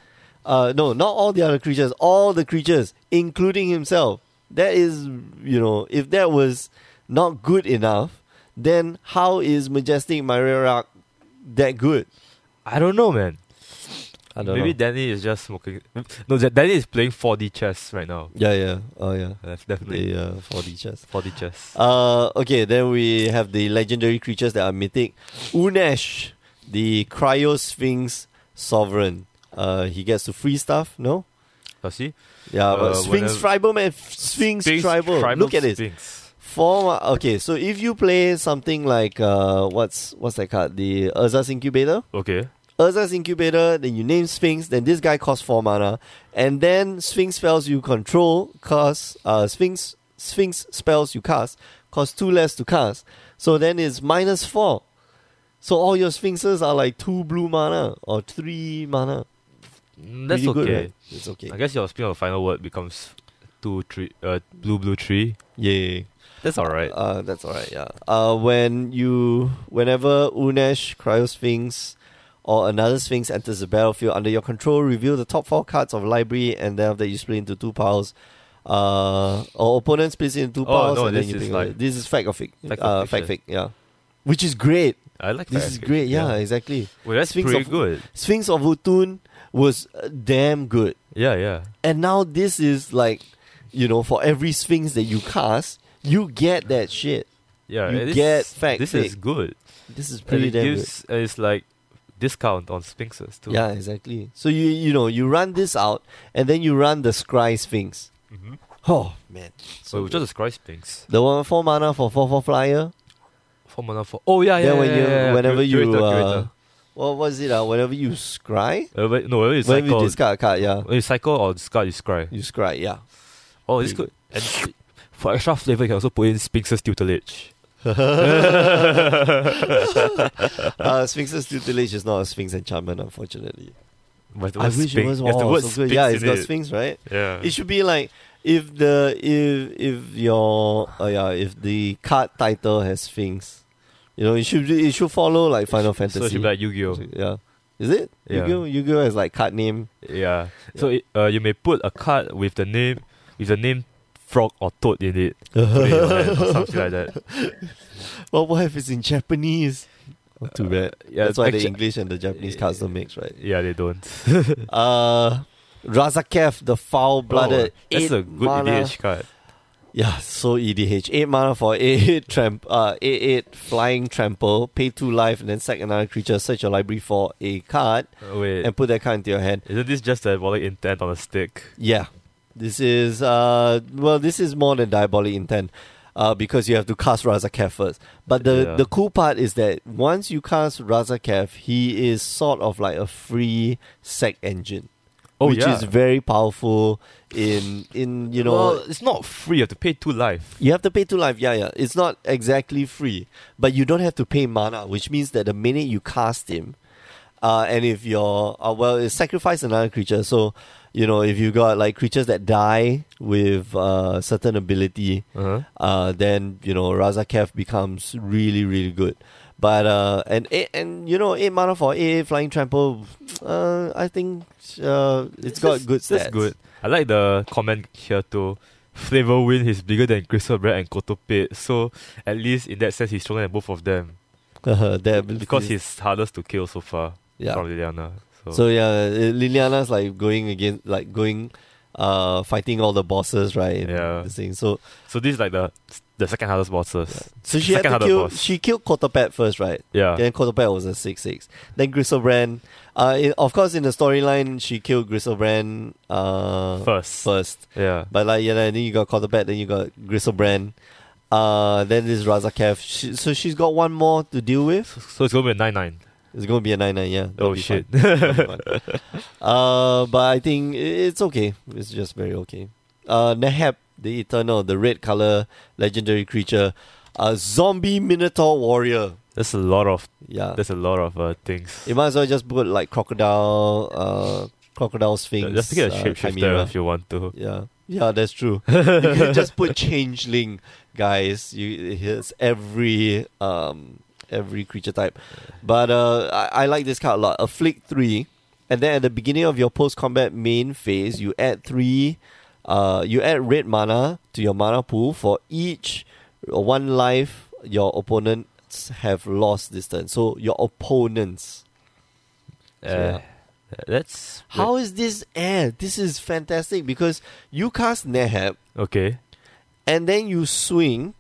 Speaker 1: Uh, no, not all the other creatures. All the creatures, including himself. That is, you know, if that was not good enough, then how is majestic Myriarch that good?
Speaker 2: I don't know, man.
Speaker 1: I don't
Speaker 2: Maybe
Speaker 1: know.
Speaker 2: Danny is just smoking. No, Ja- Danny is playing 4D chess right now.
Speaker 1: Yeah, yeah, oh yeah,
Speaker 2: That's definitely
Speaker 1: the uh, 4D chess.
Speaker 2: 4D chess.
Speaker 1: Uh, okay, then we have the legendary creatures that are mythic. Unesh, the Cryo Sphinx Sovereign. Uh, he gets to free stuff, no?
Speaker 2: Does he?
Speaker 1: Yeah, but
Speaker 2: Uh,
Speaker 1: Sphinx
Speaker 2: whenever-
Speaker 1: Tribal, man. F- Sphinx,
Speaker 2: Sphinx
Speaker 1: Tribal. Look at this.
Speaker 2: Sphinx.
Speaker 1: Form, okay, so if you play something like, uh, what's what's that card? The Urza's Incubator?
Speaker 2: Okay.
Speaker 1: Urza's Incubator, then you name Sphinx, then this guy costs 4 mana, and then Sphinx spells you control cost, uh, Sphinx, Sphinx spells you cast cost 2 less to cast. So then it's minus 4. So all your Sphinxes are like 2 blue mana or 3 mana.
Speaker 2: Mm, That's
Speaker 1: Pretty
Speaker 2: okay.
Speaker 1: good, right? It's okay.
Speaker 2: I guess your spin of final word becomes two three uh blue blue three.
Speaker 1: Yeah.
Speaker 2: That's alright.
Speaker 1: Uh, that's alright, yeah. Uh, when you, whenever Unesh, Cryosphinx, or another Sphinx enters the battlefield under your control, reveal the top four cards of library, and then after you split into two piles. Uh, or opponent splits into two
Speaker 2: Oh,
Speaker 1: piles,
Speaker 2: no,
Speaker 1: and then
Speaker 2: this
Speaker 1: you
Speaker 2: is
Speaker 1: think
Speaker 2: like-
Speaker 1: like, this is fact or fic,
Speaker 2: Fact or
Speaker 1: uh, fact
Speaker 2: fiction.
Speaker 1: fic, yeah. Which is great.
Speaker 2: I like
Speaker 1: This
Speaker 2: that.
Speaker 1: is great. Yeah, exactly.
Speaker 2: Well, that's
Speaker 1: Sphinx
Speaker 2: pretty
Speaker 1: of-
Speaker 2: good.
Speaker 1: Sphinx of Utun was uh, damn good.
Speaker 2: Yeah, yeah.
Speaker 1: And now this is like, you know, for every Sphinx that you cast, you get that shit.
Speaker 2: Yeah.
Speaker 1: You
Speaker 2: eh, this,
Speaker 1: get fact
Speaker 2: This is
Speaker 1: pick.
Speaker 2: good.
Speaker 1: This is
Speaker 2: And
Speaker 1: pretty
Speaker 2: it
Speaker 1: damn good.
Speaker 2: gives uh, it's like discount on Sphinxes too.
Speaker 1: Yeah, exactly. So you you know you run this out, and then you run the Scry Sphinx.
Speaker 2: Mhm.
Speaker 1: Oh man,
Speaker 2: So we
Speaker 1: good.
Speaker 2: just describe Sphinx.
Speaker 1: the one four mana for four four flyer.
Speaker 2: Four mana for Oh yeah, yeah.
Speaker 1: then when
Speaker 2: yeah,
Speaker 1: you
Speaker 2: yeah, yeah.
Speaker 1: whenever
Speaker 2: Cura-
Speaker 1: you
Speaker 2: curator,
Speaker 1: uh,
Speaker 2: curator.
Speaker 1: what was it? Uh, whenever you Scry,
Speaker 2: Uh, wait, no, whenever you
Speaker 1: whenever you
Speaker 2: cycle,
Speaker 1: discard a card, yeah,
Speaker 2: when you cycle or discard, you scry.
Speaker 1: you Scry, yeah.
Speaker 2: Oh, this good. And for extra flavor, you can also put in Sphinx's tutelage.
Speaker 1: Uh, Sphinx's tutelage is not a Sphinx enchantment, unfortunately.
Speaker 2: But the
Speaker 1: I
Speaker 2: word
Speaker 1: wish it
Speaker 2: Sphinx-
Speaker 1: was.
Speaker 2: there's the
Speaker 1: Oh,
Speaker 2: word
Speaker 1: so good.
Speaker 2: Sphinx
Speaker 1: yeah,
Speaker 2: in
Speaker 1: it's got
Speaker 2: it.
Speaker 1: Sphinx, right?
Speaker 2: Yeah.
Speaker 1: It should be like if the if if your uh, yeah if the card title has Sphinx, you know it should be- it should follow like Final Fantasy.
Speaker 2: So it should be like Yu-Gi-Oh.
Speaker 1: Yeah, is it
Speaker 2: Yeah.
Speaker 1: Yu-Gi-Oh? Yu-Gi-Oh has like card name.
Speaker 2: Yeah. So it, uh, you may put a card with the name with the name frog or toad in it.
Speaker 1: Uh-huh.
Speaker 2: Put it in your hand or something like that.
Speaker 1: Well, what if it's in Japanese? Oh, too bad.
Speaker 2: yeah,
Speaker 1: That's why the
Speaker 2: actu-
Speaker 1: English and the Japanese cards don't mix, right?
Speaker 2: Yeah, they don't.
Speaker 1: Uh, Razakef, the foul-blooded.
Speaker 2: Oh, that's a
Speaker 1: eight
Speaker 2: good
Speaker 1: uh, mana-
Speaker 2: EDH card.
Speaker 1: Yeah, so E EDH. 8 mana for 8 tramp, uh, 8 8 flying trample, pay 2 life, and then sack another creature, search your library for a card,
Speaker 2: Oh, wait.
Speaker 1: and put that card into your hand.
Speaker 2: Isn't this just diabolic intent on a stick?
Speaker 1: Yeah. This is, uh, well, this is more than Diabolic Intent, uh, because you have to cast Razakef first. But the,
Speaker 2: Yeah.
Speaker 1: the cool part is that once you cast Razakef, he is sort of like a free sack engine.
Speaker 2: Oh,
Speaker 1: which
Speaker 2: yeah.
Speaker 1: is very powerful in, in you know,
Speaker 2: well, it's not free. You have to pay two life.
Speaker 1: You have to pay two life, yeah, yeah. It's not exactly free, but you don't have to pay mana, which means that the minute you cast him, uh, and if you're uh, well, it sacrifice another creature. So, you know, if you got like creatures that die with uh, certain ability,
Speaker 2: Uh-huh.
Speaker 1: uh, then you know Razakef becomes really, really good. But uh, and eight, and you know eight mana for eight, eight flying trample. Uh, I think uh, it's got good stats.
Speaker 2: That's good. I like the comment here too. Flavor Win is bigger than Crystal Bread and Kotopit, so at least in that sense he's stronger than both of them.
Speaker 1: Their
Speaker 2: Because
Speaker 1: abilities.
Speaker 2: he's hardest to kill so far
Speaker 1: yeah.
Speaker 2: from Liliana. So,
Speaker 1: So yeah, uh, Liliana's like going against, like going, uh, fighting all the bosses, right? and
Speaker 2: Yeah.
Speaker 1: This thing. So
Speaker 2: so this is like the the second hardest bosses.
Speaker 1: so she
Speaker 2: Second
Speaker 1: had to
Speaker 2: other
Speaker 1: kill.
Speaker 2: boss.
Speaker 1: She killed Kotopet first, right?
Speaker 2: Yeah.
Speaker 1: Then Kotopet was a six six. Then Gristlebrand. Uh, in, of course, in the storyline, she killed Gristlebrand. Uh,
Speaker 2: First.
Speaker 1: First.
Speaker 2: Yeah.
Speaker 1: But like yeah, then you got Kotopet, then you got Gristlebrand. Uh, then this Razakef. She, so she's got one more to deal with.
Speaker 2: So it's gonna be a nine nine.
Speaker 1: It's gonna be a nine nine. Yeah. That'll
Speaker 2: Oh
Speaker 1: be
Speaker 2: shit.
Speaker 1: fun. That'll be fun. uh, but I think i- it's okay. It's just very okay. Uh, Nahab, the Eternal, the red color legendary creature, a zombie Minotaur warrior.
Speaker 2: That's a lot of
Speaker 1: Yeah,
Speaker 2: that's a lot of uh, things.
Speaker 1: you might as well just put like crocodile, uh, crocodile sphinx.
Speaker 2: Just to get a
Speaker 1: uh,
Speaker 2: shapeshifter
Speaker 1: chimera.
Speaker 2: if you want to.
Speaker 1: Yeah, yeah, that's true. you can just put changeling, guys. You it's every um every creature type, but uh, I, I like this card a lot. Afflict three, and then at the beginning of your post combat main phase, you add three, uh, you add red mana to your mana pool for each uh, one life your opponents have lost this turn. So your opponents.
Speaker 2: Uh,
Speaker 1: Yeah.
Speaker 2: That's
Speaker 1: How is this air? This is fantastic because you cast Nehab
Speaker 2: okay.
Speaker 1: and then you swing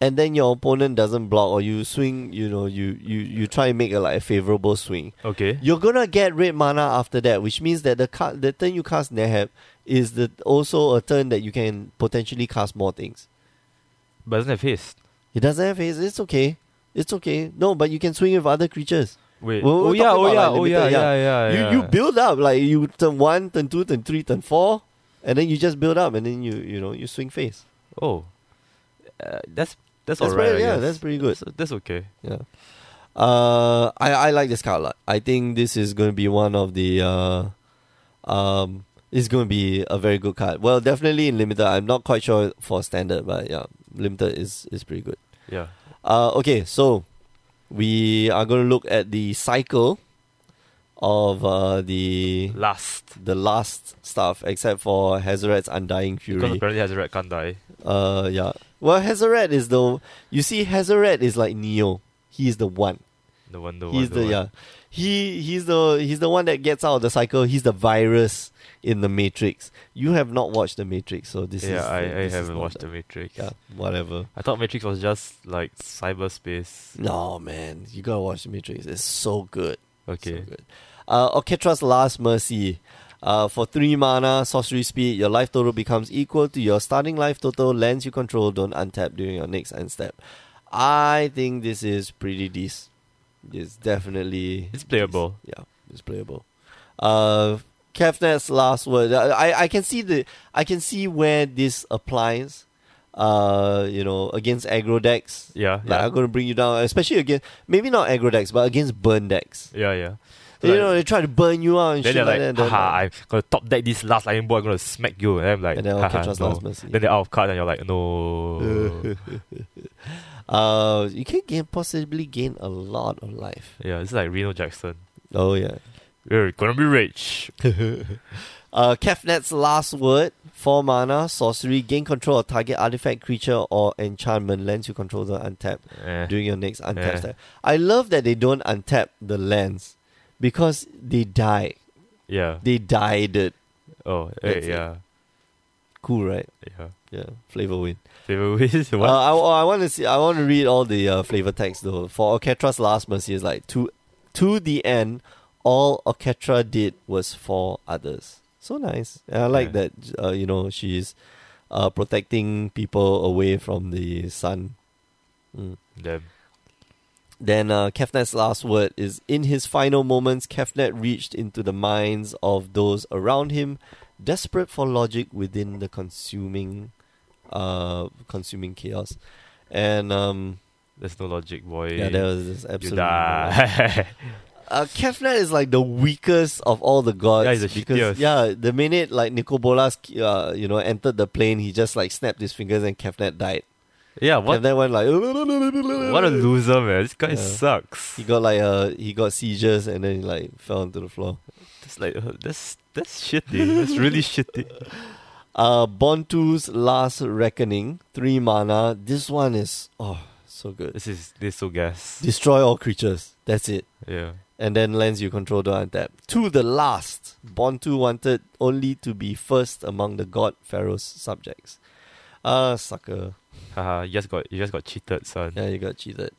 Speaker 1: and then your opponent doesn't block or you swing you know you you you try and make a like a favorable swing
Speaker 2: Okay.
Speaker 1: you're gonna get red mana after that which means that the card the turn you cast nehab is the also a turn that you can potentially cast more things
Speaker 2: But doesn't have haste.
Speaker 1: it doesn't have haste it's okay it's okay no but you can swing with other creatures
Speaker 2: Wait.
Speaker 1: Well,
Speaker 2: oh
Speaker 1: we're
Speaker 2: yeah.
Speaker 1: talking
Speaker 2: Oh
Speaker 1: about,
Speaker 2: yeah.
Speaker 1: like,
Speaker 2: Oh
Speaker 1: limited,
Speaker 2: yeah.
Speaker 1: yeah.
Speaker 2: Yeah. Yeah. yeah.
Speaker 1: you you build up like you turn one turn two turn three turn four and then you just build up and then you you know you swing face
Speaker 2: Oh, uh, that's that's,
Speaker 1: that's,
Speaker 2: alright.
Speaker 1: pretty, yeah
Speaker 2: I guess.
Speaker 1: that's pretty good
Speaker 2: That's, that's okay.
Speaker 1: Yeah. Uh, I I like this card a lot. I think this is going to be one of the uh, um, it's going to be a very good card. Well, definitely in limited. I'm not quite sure for standard, but yeah, limited is is pretty good.
Speaker 2: Yeah.
Speaker 1: Uh, okay, so we are going to look at the cycle of uh the
Speaker 2: Last.
Speaker 1: the last stuff, except for Hazoret's Undying
Speaker 2: Because
Speaker 1: Fury.
Speaker 2: apparently it has a red can't die.
Speaker 1: Uh, yeah. Well, Hazoret is the you see Hazoret is like Neo. He is the one.
Speaker 2: No one. No
Speaker 1: he's
Speaker 2: one.
Speaker 1: the yeah he he's the he's the one that gets out of the cycle he's the virus in the matrix you have not watched the matrix so this
Speaker 2: Yeah.
Speaker 1: is
Speaker 2: I,
Speaker 1: this
Speaker 2: I
Speaker 1: is
Speaker 2: haven't
Speaker 1: not
Speaker 2: watched
Speaker 1: the-
Speaker 2: the Matrix.
Speaker 1: yeah whatever
Speaker 2: I thought Matrix was just like cyberspace.
Speaker 1: no man you gotta watch the matrix it's so good
Speaker 2: Okay.
Speaker 1: So good. Uh, Orchestra's Last Mercy. Uh, for 3 mana, sorcery speed, your life total becomes equal to your starting life total. Lands you control don't untap during your next end step. I think this is pretty decent. It's definitely.
Speaker 2: It's playable.
Speaker 1: dec- yeah, it's playable. Uh, Kefnet's Last Word. Uh, I, I- I can see the I can see where this applies. Uh, you know, against aggro decks.
Speaker 2: yeah.
Speaker 1: Like,
Speaker 2: Yeah.
Speaker 1: I'm going to bring you down, especially against, maybe not aggro decks, but against burn decks.
Speaker 2: Yeah. Yeah.
Speaker 1: You know, they try to burn you out and
Speaker 2: Then
Speaker 1: shit
Speaker 2: they're
Speaker 1: like,
Speaker 2: like,
Speaker 1: that. and
Speaker 2: haha,
Speaker 1: then-
Speaker 2: I'm gonna top deck this last lightning bolt, I'm gonna smack you. And I'm like,
Speaker 1: and then I'll
Speaker 2: haha,
Speaker 1: catch us
Speaker 2: no.
Speaker 1: last mercy.
Speaker 2: Then they're out of card and you're like, no.
Speaker 1: uh, you can gain possibly gain a lot of life.
Speaker 2: yeah, this is like Reno Jackson.
Speaker 1: Oh yeah.
Speaker 2: We're gonna be rich.
Speaker 1: Uh, Kefnet's last word: four mana, sorcery, gain control of target artifact, creature, or enchantment. Lands you control the untap
Speaker 2: Eh.
Speaker 1: during your next untap
Speaker 2: Yeah.
Speaker 1: step. I love that they don't untap the lands because they die.
Speaker 2: Yeah.
Speaker 1: They died it.
Speaker 2: Oh,
Speaker 1: That's
Speaker 2: eh,
Speaker 1: it.
Speaker 2: yeah.
Speaker 1: Cool, right?
Speaker 2: Yeah.
Speaker 1: Yeah, flavor win.
Speaker 2: Flavor Wiz,
Speaker 1: Uh,
Speaker 2: what?
Speaker 1: I, I want to see. I want to read all the uh, flavor text though. For Orchestra's last mercy is like to to the end. All Orchestra did was for others. So nice. And I like
Speaker 2: Yeah.
Speaker 1: that. Uh, you know, she's uh, protecting people away from the sun. Mm.
Speaker 2: Damn.
Speaker 1: Then uh, Kefnet's last word is In his final moments, Kefnet reached into the minds of those around him, desperate for logic within the consuming uh, consuming chaos. And um,
Speaker 2: There's no logic, boy.
Speaker 1: yeah, there was this
Speaker 2: you
Speaker 1: absolute. Uh,
Speaker 2: die.
Speaker 1: Kefnet is like the weakest of all the gods.
Speaker 2: Yeah, he's the
Speaker 1: because,
Speaker 2: shittiest.
Speaker 1: yeah, the minute like Nicobolas uh, you know, entered the plane, he just like snapped his fingers and Kefnet died.
Speaker 2: yeah, what?
Speaker 1: Kefnet went like.
Speaker 2: What a loser, man. This guy
Speaker 1: Yeah.
Speaker 2: sucks.
Speaker 1: He got like uh he got seizures and then he like fell onto the floor.
Speaker 2: That's like, uh, that's, that's shitty. That's really shitty.
Speaker 1: Uh Bontu's Last Reckoning, three mana. This one is oh so good.
Speaker 2: This is, this so gas.
Speaker 1: Destroy all creatures. That's it.
Speaker 2: Yeah.
Speaker 1: And then lands you control don't untap. To the last, Bontu wanted only to be first among the god Pharaoh's subjects. Uh sucker.
Speaker 2: Haha, you just got, you just got cheated, son.
Speaker 1: Yeah, you got cheated.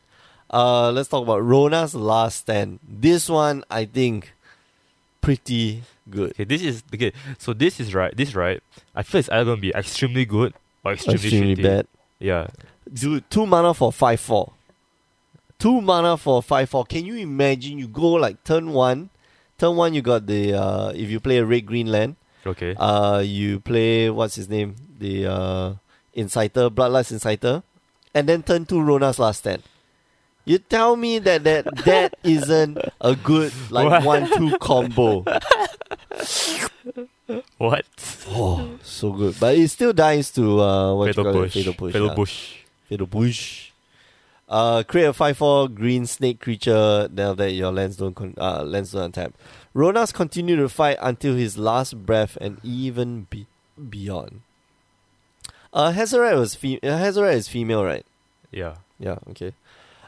Speaker 1: Uh let's talk about Rona's last stand. This one I think pretty good.
Speaker 2: Okay, this is okay. So this is right. This right. I feel it's either gonna be extremely good or extremely,
Speaker 1: Extremely
Speaker 2: shitty.
Speaker 1: bad.
Speaker 2: Yeah,
Speaker 1: Dude, two mana for five four. Two mana for five four. Can you imagine you go like turn one? Turn one you got the uh if you play a red green land,
Speaker 2: you Okay.
Speaker 1: Uh, you play what's his name, the uh, Inciter, Bloodlust Inciter, and then turn to Rona's Last Stand. You tell me that that, that isn't a good like
Speaker 2: What?
Speaker 1: one-two combo.
Speaker 2: what?
Speaker 1: Oh, so good, but it still dies to uh, what you
Speaker 2: Fatal
Speaker 1: call
Speaker 2: push.
Speaker 1: it, fatal push, yeah.
Speaker 2: push.
Speaker 1: Fatal bush. Uh, create a 5-4 green snake creature now that your lands don't con- uh, lands don't untap. Ronas continue to fight until his last breath and even be- beyond. Uh, Hazoret was fe- uh, Hazoret is female, right?
Speaker 2: Yeah.
Speaker 1: Yeah, okay.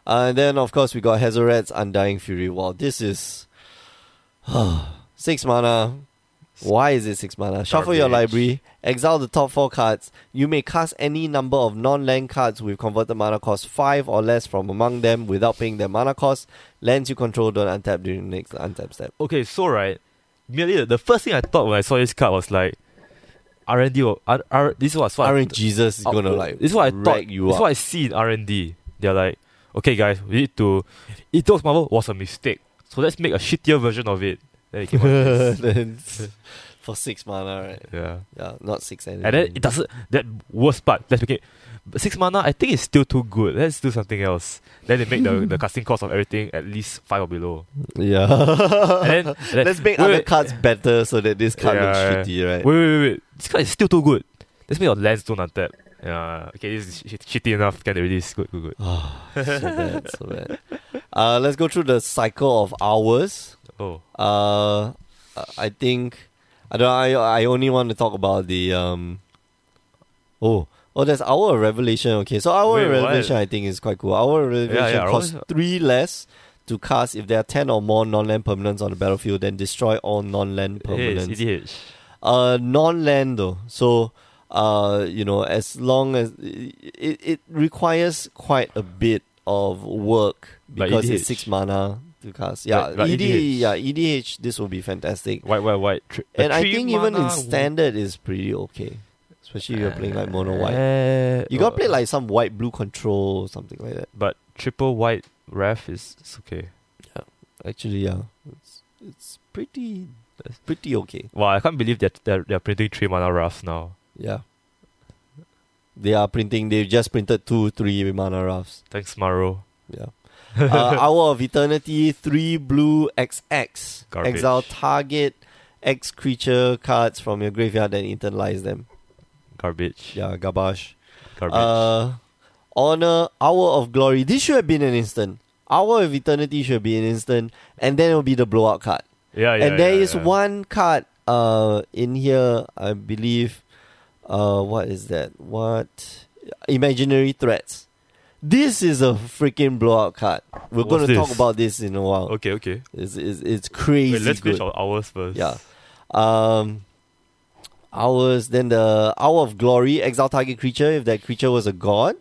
Speaker 1: Uh, and then of course we got Hazoret's Undying Fury. Wow, this is six mana. Why is it six mana? Shuffle your
Speaker 2: Garbage.
Speaker 1: library, exile the top four cards. You may cast any number of non-land cards with converted mana cost five or less from among them without paying their mana cost. Lands you control don't untap during the next untap step.
Speaker 2: Okay, so right, merely the, the first thing I thought when I saw this card was like, R and D or R, R, this was what Oh,
Speaker 1: Aren't Jesus is gonna like
Speaker 2: this is what I
Speaker 1: wreck
Speaker 2: thought.
Speaker 1: you
Speaker 2: this is
Speaker 1: up.
Speaker 2: what I see in R and D. They're like, okay, guys, we need to. Ethos Marvel was a mistake, so let's make a shittier version of it. Then it came out. with this.
Speaker 1: Then for six mana, right?
Speaker 2: yeah,
Speaker 1: Yeah, not six anything.
Speaker 2: and then it doesn't. That worst part. Let's make it but six mana. I think it's still too good. Let's do something else. Then they make the, the casting cost of everything at least five or below.
Speaker 1: Yeah.
Speaker 2: And then, and then-
Speaker 1: Let's make
Speaker 2: wait,
Speaker 1: other
Speaker 2: wait.
Speaker 1: cards better so that this card
Speaker 2: Yeah,
Speaker 1: looks shitty, right?
Speaker 2: Wait, wait, wait, wait. This card is still too good. Let's make your lands don't untap. Yeah. Okay, this is sh- shitty enough. Can release. Good, good, good.
Speaker 1: Ah, so bad, so bad. Uh, let's go through the cycle of hours.
Speaker 2: Oh.
Speaker 1: Uh, I think I don't. I I only want to talk about the um. Oh, oh, that's our revelation. Okay, so our
Speaker 2: Wait, what?
Speaker 1: revelation I think is quite cool. Our revelation
Speaker 2: yeah,
Speaker 1: costs
Speaker 2: ours-
Speaker 1: three less to cast if there are ten or more non-land permanents on the battlefield. Then destroy all non-land
Speaker 2: Hey,
Speaker 1: permanents.
Speaker 2: CDH.
Speaker 1: uh non-land though so uh you know as long as it, it requires quite a bit of work
Speaker 2: Like
Speaker 1: because it's
Speaker 2: EDH.
Speaker 1: six mana to cast yeah
Speaker 2: Like- E like
Speaker 1: ed
Speaker 2: EDH.
Speaker 1: yeah edh this will be fantastic
Speaker 2: White, white, white. Tri- a
Speaker 1: and i
Speaker 2: three
Speaker 1: think even in
Speaker 2: mana wo-
Speaker 1: standard is pretty okay especially if you're playing like mono white
Speaker 2: Eh,
Speaker 1: you gotta
Speaker 2: oh,
Speaker 1: play like some white blue control or something like that
Speaker 2: But triple white ref is it's okay.
Speaker 1: actually yeah it's it's pretty pretty okay
Speaker 2: Wow, I can't believe that they're, they're printing three mana rafts now.
Speaker 1: yeah they are printing they've just printed two three mana rafts
Speaker 2: Thanks, Maro.
Speaker 1: Yeah. Uh, Hour of Eternity, 3 blue XX.
Speaker 2: Garbage.
Speaker 1: Exile target X creature cards from your graveyard and internalize them.
Speaker 2: Garbage.
Speaker 1: Yeah, garbage.
Speaker 2: Garbage.
Speaker 1: Uh, Honor, Hour of Glory. This should have been an instant. Hour of Eternity should be an instant. And then it'll be the blowout card.
Speaker 2: yeah, yeah.
Speaker 1: and there is
Speaker 2: yeah, yeah.
Speaker 1: one card uh, in here, I believe. Uh, what is that? What? Imaginary Threats. This is a freaking blowout card. We're
Speaker 2: What's
Speaker 1: going to talk
Speaker 2: this?
Speaker 1: about this in a while.
Speaker 2: Okay, okay.
Speaker 1: It's, it's, it's crazy.
Speaker 2: Wait, let's
Speaker 1: good.
Speaker 2: finish our ours first.
Speaker 1: Yeah. Um, hours, then the Hour of Glory, exile target creature. If that creature was a god,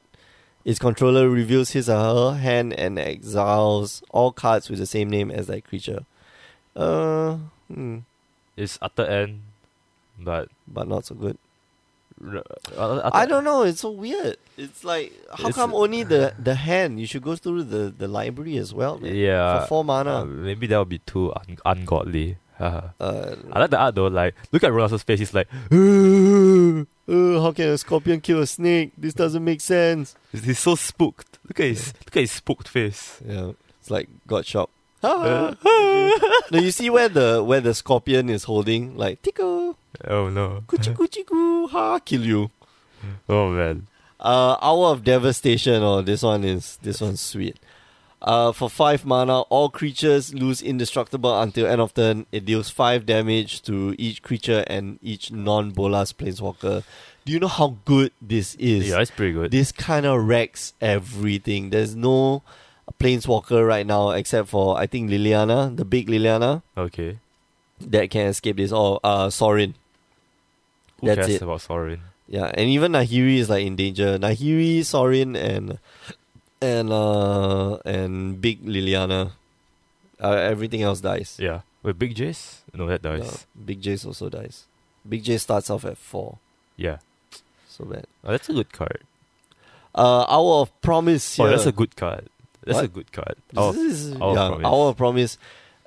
Speaker 1: its controller reveals his or her hand and exiles all cards with the same name as that creature. Uh, hmm,
Speaker 2: It's utter end, but.
Speaker 1: but not so good.
Speaker 2: r- uh,
Speaker 1: I don't know. It's so weird. It's like, how
Speaker 2: It's-
Speaker 1: come only the, the hand? You should go through the, the library as well. man.
Speaker 2: Yeah.
Speaker 1: For four
Speaker 2: Uh,
Speaker 1: mana.
Speaker 2: maybe that would be too un- ungodly. Haha.
Speaker 1: Uh,
Speaker 2: I like the art though. Like, look at Ronald's face. He's like,
Speaker 1: Uh, how can a scorpion kill a snake? This doesn't make sense.
Speaker 2: he's, he's so spooked. Look at his, look at his spooked face. Oh,
Speaker 1: Yeah, it's like got shocked. no,
Speaker 2: Uh.
Speaker 1: you see where the where the scorpion is holding, like tickle,
Speaker 2: Oh no.
Speaker 1: coochie coochie coo, ha, kill you.
Speaker 2: Oh man.
Speaker 1: Uh, hour of devastation. Oh, this one is this one's sweet. Uh, for five mana, all creatures lose indestructible until end of turn. It deals five damage to each creature and each non-bolas planeswalker. Do you know how good this is?
Speaker 2: Yeah, it's pretty good.
Speaker 1: this kind of wrecks everything. There's no planeswalker right now except for I think Liliana, the big Liliana,
Speaker 2: Okay.
Speaker 1: that can escape this. Or uh, Sorin.
Speaker 2: Who
Speaker 1: That's
Speaker 2: cares
Speaker 1: it.
Speaker 2: about Sorin?
Speaker 1: Yeah, and even Nahiri is like in danger. Nahiri, Sorin, and and uh and big Liliana. Uh, everything else dies.
Speaker 2: Yeah. Wait, Big Jace? No, that dies.
Speaker 1: Yeah, big Jace also dies. Big Jace starts off at four.
Speaker 2: Yeah.
Speaker 1: So bad.
Speaker 2: Oh, that's a good card.
Speaker 1: Uh, Hour of Promise.
Speaker 2: Oh,
Speaker 1: here.
Speaker 2: that's a good card. That's a
Speaker 1: What?
Speaker 2: good card.
Speaker 1: This
Speaker 2: Oh,
Speaker 1: is
Speaker 2: our
Speaker 1: yeah,
Speaker 2: promise.
Speaker 1: our promise.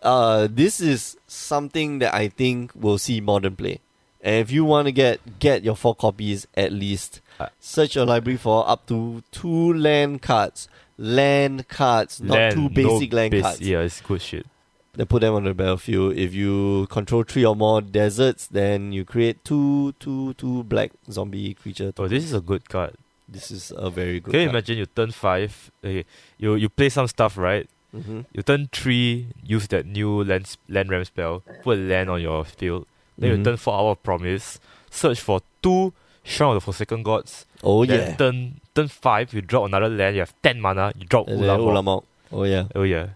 Speaker 1: Uh, this is something that I think will see modern play, And if you want to get get your four copies at least,
Speaker 2: Uh,
Speaker 1: search your library for up to two land cards. Land cards, not
Speaker 2: Land,
Speaker 1: two
Speaker 2: no
Speaker 1: basic land
Speaker 2: bas-
Speaker 1: cards.
Speaker 2: Yeah, it's good shit.
Speaker 1: Then put them on the battlefield. If you control three or more deserts, then you create two, two, two black zombie creature.
Speaker 2: Oh, this is a good card.
Speaker 1: This is a very good.
Speaker 2: Can you imagine you turn five? Okay, you you play some stuff right.
Speaker 1: hmm
Speaker 2: You turn three, use that new land s- land ramp spell. Put a land on your field. Then
Speaker 1: Mm-hmm.
Speaker 2: you turn four hour of promise. Search for two Shrine of the Forsaken Gods.
Speaker 1: Oh
Speaker 2: then
Speaker 1: yeah.
Speaker 2: Turn turn five, you drop another land. You have ten mana. You drop
Speaker 1: And then
Speaker 2: Ulamog.
Speaker 1: Ulamog. Oh yeah.
Speaker 2: Oh yeah.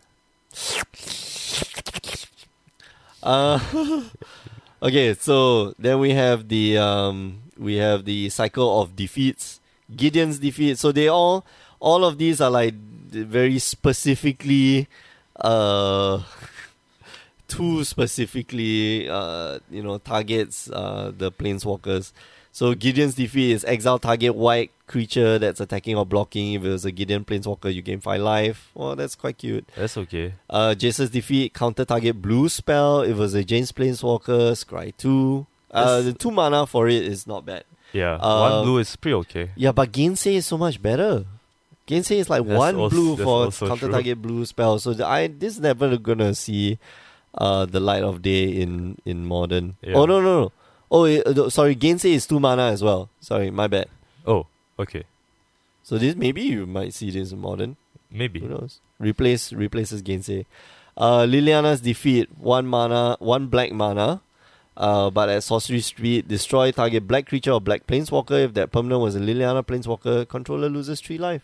Speaker 1: Uh, okay, so then we have the um, we have the cycle of defeats, Gideon's defeat. So they all, all of these are like very specifically, uh, two specifically, uh, you know, targets uh, the planeswalkers. So Gideon's defeat is exile target white creature that's attacking or blocking. If it was a Gideon planeswalker, you gain five life. Oh, that's quite cute.
Speaker 2: That's okay.
Speaker 1: Uh, Jace's defeat counter target blue spell. It was a James Planeswalker scry two. Uh,
Speaker 2: This-
Speaker 1: the two mana for it is not bad.
Speaker 2: Yeah,
Speaker 1: Uh,
Speaker 2: one blue is pretty okay.
Speaker 1: Yeah, but Gainsay is so much better. Gainsay is like
Speaker 2: That's
Speaker 1: one
Speaker 2: als-
Speaker 1: blue
Speaker 2: that's
Speaker 1: for
Speaker 2: also
Speaker 1: counter
Speaker 2: true.
Speaker 1: target blue spell. So the, I this never gonna see uh the light of day in in modern.
Speaker 2: Yeah.
Speaker 1: Oh no no no. Oh eh, uh, no, sorry, Gainsay is two mana as well. Sorry, my bad.
Speaker 2: Oh, okay,
Speaker 1: So this maybe you might see this in modern.
Speaker 2: maybe.
Speaker 1: Who knows? Replace replaces Gainsay. Uh, Liliana's defeat one mana, one black mana. Uh, but at sorcery speed, destroy target black creature or black planeswalker. If that permanent was a Liliana planeswalker, controller loses three life.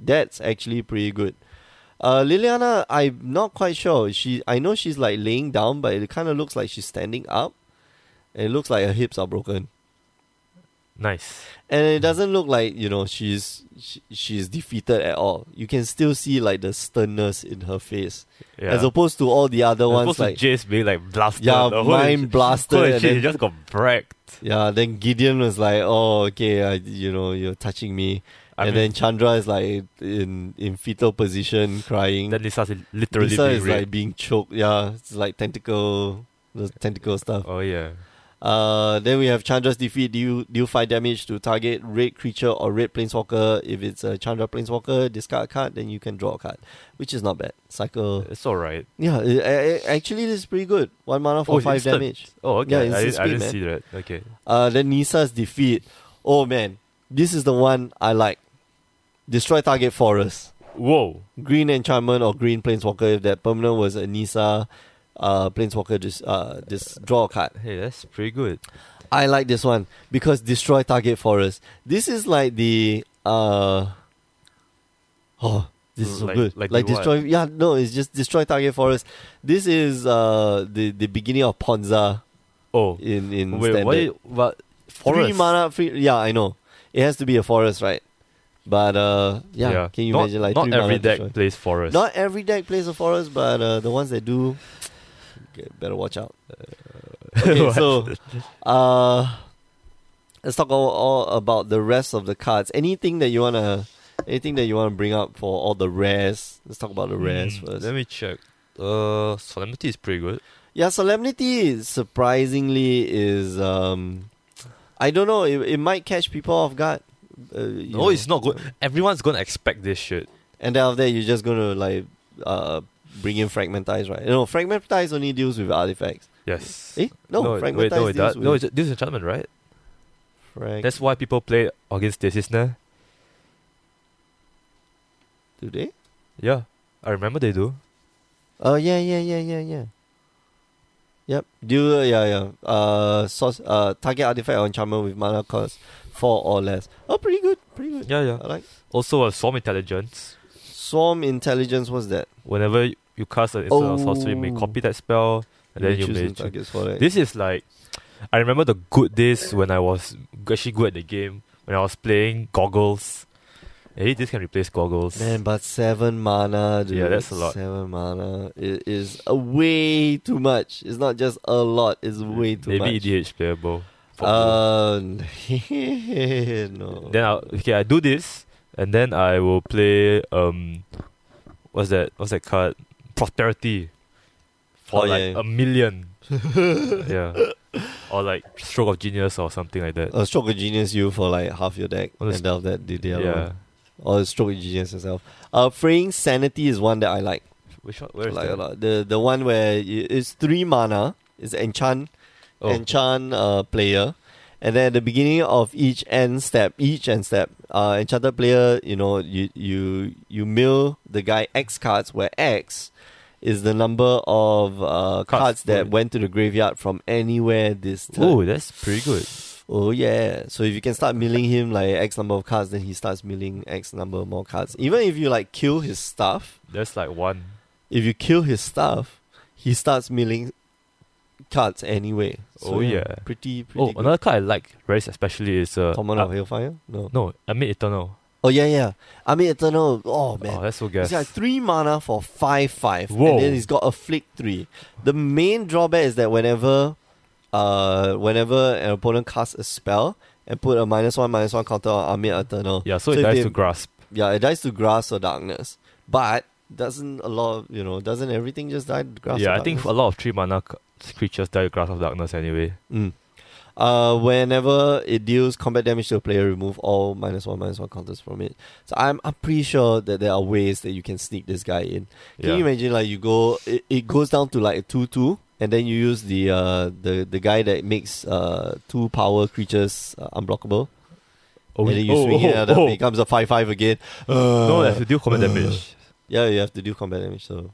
Speaker 1: That's actually pretty good. Uh, Liliana, I'm not quite sure. She, I know she's like laying down, but it kind of looks like she's standing up, and it looks like her hips are broken.
Speaker 2: Nice.
Speaker 1: And it doesn't look like you know she's she, she's defeated at all. You can still see like the sternness in her face,
Speaker 2: Yeah.
Speaker 1: as opposed to all the other
Speaker 2: As
Speaker 1: ones
Speaker 2: opposed
Speaker 1: like
Speaker 2: to Jace being like blasted.
Speaker 1: yeah,
Speaker 2: the whole-
Speaker 1: mind blasted.
Speaker 2: holy
Speaker 1: and
Speaker 2: shit,
Speaker 1: then-
Speaker 2: he just got wrecked.
Speaker 1: yeah, then Gideon was like, "Oh, okay, I, you know, you're touching me,"
Speaker 2: I
Speaker 1: and
Speaker 2: mean,
Speaker 1: then Chandra is like in in fetal position, crying.
Speaker 2: then Lisa is literally
Speaker 1: Lisa
Speaker 2: being
Speaker 1: is
Speaker 2: raped.
Speaker 1: like being choked. Yeah, it's like tentacle, the tentacle stuff.
Speaker 2: oh yeah,
Speaker 1: Uh, then we have Chandra's defeat. Do you deal five damage to target red creature or red planeswalker? If it's a Chandra planeswalker, discard a card, then you can draw a card, which is not bad. Cycle.
Speaker 2: it's all right.
Speaker 1: Yeah, it, a- a- actually, this is pretty good. One mana for
Speaker 2: Oh, it's
Speaker 1: five
Speaker 2: instant.
Speaker 1: damage.
Speaker 2: Oh
Speaker 1: Yeah,
Speaker 2: okay,
Speaker 1: it's
Speaker 2: I,
Speaker 1: his
Speaker 2: didn't- I
Speaker 1: speed,
Speaker 2: didn't
Speaker 1: man.
Speaker 2: see that. Okay,
Speaker 1: Uh, then Nisa's defeat. Oh man, this is the one I like. Destroy target forest.
Speaker 2: whoa,
Speaker 1: Green enchantment or green planeswalker. If that permanent was a Nisa, uh, planeswalker, just uh, just draw a card.
Speaker 2: hey, that's pretty good.
Speaker 1: I like this one because destroy target forest. This is like the uh oh this is so
Speaker 2: Like-
Speaker 1: good.
Speaker 2: like
Speaker 1: Like,
Speaker 2: the what?
Speaker 1: destroy yeah, no, it's just destroy target forest. This is uh the, the beginning of Ponza
Speaker 2: Oh
Speaker 1: in, in
Speaker 2: wait,
Speaker 1: standard.
Speaker 2: what? Is, what forest?
Speaker 1: Three mana free yeah, I know. It has to be a forest, right? But uh yeah, can you
Speaker 2: not,
Speaker 1: imagine like
Speaker 2: not
Speaker 1: three
Speaker 2: every
Speaker 1: mana
Speaker 2: deck
Speaker 1: destroy?
Speaker 2: plays forest?
Speaker 1: Not every deck plays a forest, but uh, the ones that do, get- better watch out. Okay,
Speaker 2: What?
Speaker 1: so uh, let's talk all, all about the rest of the cards. Anything that you wanna, anything that you wanna bring up for all the rares. Let's talk about the rares
Speaker 2: Hmm,
Speaker 1: first.
Speaker 2: Let me check. Uh, solemnity is pretty good.
Speaker 1: Yeah, Solemnity surprisingly is. Um, I don't know. It, it might catch people off guard. Uh, you
Speaker 2: No,
Speaker 1: know.
Speaker 2: it's not good. Everyone's gonna expect this shit.
Speaker 1: And then after that, you're just gonna like uh, bring in fragmentize, right? No, fragmentize only deals with artifacts.
Speaker 2: Yes.
Speaker 1: Eh? No,
Speaker 2: no
Speaker 1: fragmentize
Speaker 2: wait, no, it
Speaker 1: deals
Speaker 2: does. No,
Speaker 1: with
Speaker 2: it's disenchantment, right?
Speaker 1: frag-
Speaker 2: That's why people play against this, isn't it?
Speaker 1: do they?
Speaker 2: Yeah, I remember they do.
Speaker 1: Oh yeah, yeah, yeah, yeah, yeah. Yep. Do yeah, yeah. Uh, source, uh, target artifact or enchantment with mana cost four or less. Oh, pretty good, pretty good.
Speaker 2: Yeah, yeah.
Speaker 1: I like
Speaker 2: Also, a swarm intelligence.
Speaker 1: swarm intelligence. What's that?
Speaker 2: Whenever you- you cast an instant or sorcery, you may
Speaker 1: Oh.
Speaker 2: copy that spell, and then you
Speaker 1: choose
Speaker 2: may.
Speaker 1: some
Speaker 2: choo-
Speaker 1: targets for that.
Speaker 2: This is like, I remember the good days when I was actually good at the game when I was playing goggles. Hey, this can replace goggles.
Speaker 1: Man, but seven mana. Dude.
Speaker 2: Yeah, that's a lot.
Speaker 1: Seven mana i- is a way too much. It's not just a lot. It's way too
Speaker 2: Maybe
Speaker 1: much.
Speaker 2: E EDH playable. for blue.
Speaker 1: Uh, no.
Speaker 2: Then I okay, I do this, and then I will play um, what's that? What's that card? Prosperity for
Speaker 1: Oh,
Speaker 2: like
Speaker 1: yeah, yeah.
Speaker 2: a million. yeah, or like stroke of genius or something like that.
Speaker 1: Or stroke of genius you for like half your deck,
Speaker 2: Or
Speaker 1: and
Speaker 2: the
Speaker 1: then after that do the other
Speaker 2: yeah.
Speaker 1: one. Or stroke of genius yourself. Uh, fraying sanity is one that I like.
Speaker 2: Which one? Where is
Speaker 1: like
Speaker 2: that?
Speaker 1: a lot. The the one where y- it's three mana, it's enchant,
Speaker 2: Oh.
Speaker 1: enchant uh, player, and then at the beginning of each end step, each end step, uh, enchanted player, you know, you you you mill the guy X cards where X is the number of uh, cards, that
Speaker 2: Right.
Speaker 1: went to the graveyard from anywhere this turn.
Speaker 2: Oh, that's pretty good.
Speaker 1: Oh yeah. So if you can start milling him like X number of cards, then he starts milling X number more cards. Even if you like kill his stuff,
Speaker 2: That's like one.
Speaker 1: if you kill his stuff, he starts milling cards anyway. So,
Speaker 2: Oh, yeah.
Speaker 1: Pretty pretty
Speaker 2: Oh,
Speaker 1: good.
Speaker 2: another card I like very especially is uh,
Speaker 1: Common
Speaker 2: uh,
Speaker 1: of Hellfire? No.
Speaker 2: no, Amid Eternal.
Speaker 1: Oh yeah, yeah. I mean Eternal. Oh man.
Speaker 2: Oh, that's so
Speaker 1: He's
Speaker 2: gas.
Speaker 1: got three mana for five five,
Speaker 2: Whoa.
Speaker 1: and then he's got afflict three. The main drawback is that whenever, uh, whenever an opponent casts a spell and put a minus one minus one counter on Amir Eternal,
Speaker 2: Yeah,
Speaker 1: So
Speaker 2: so, it
Speaker 1: if
Speaker 2: dies
Speaker 1: they-
Speaker 2: to grasp.
Speaker 1: yeah, it dies to grass or darkness, but doesn't a lot, of, you know, doesn't everything just die to grass?
Speaker 2: yeah,
Speaker 1: or
Speaker 2: I think a
Speaker 1: darkness?
Speaker 2: lot of three mana c- creatures die to grasp of darkness anyway.
Speaker 1: Mm. Uh, whenever it deals combat damage to a player, remove all minus one minus one counters from it. So I'm I'm pretty sure that there are ways that you can sneak this guy in. Can
Speaker 2: yeah.
Speaker 1: you imagine like you go it, it goes down to like a two two and then you use the uh the, the guy that makes uh two power creatures uh, unblockable
Speaker 2: oh,
Speaker 1: and then you
Speaker 2: oh,
Speaker 1: swing it
Speaker 2: oh,
Speaker 1: and then
Speaker 2: oh.
Speaker 1: it becomes a five five again. Uh,
Speaker 2: No, that's to deal combat
Speaker 1: uh,
Speaker 2: damage.
Speaker 1: Yeah, you have to do combat damage so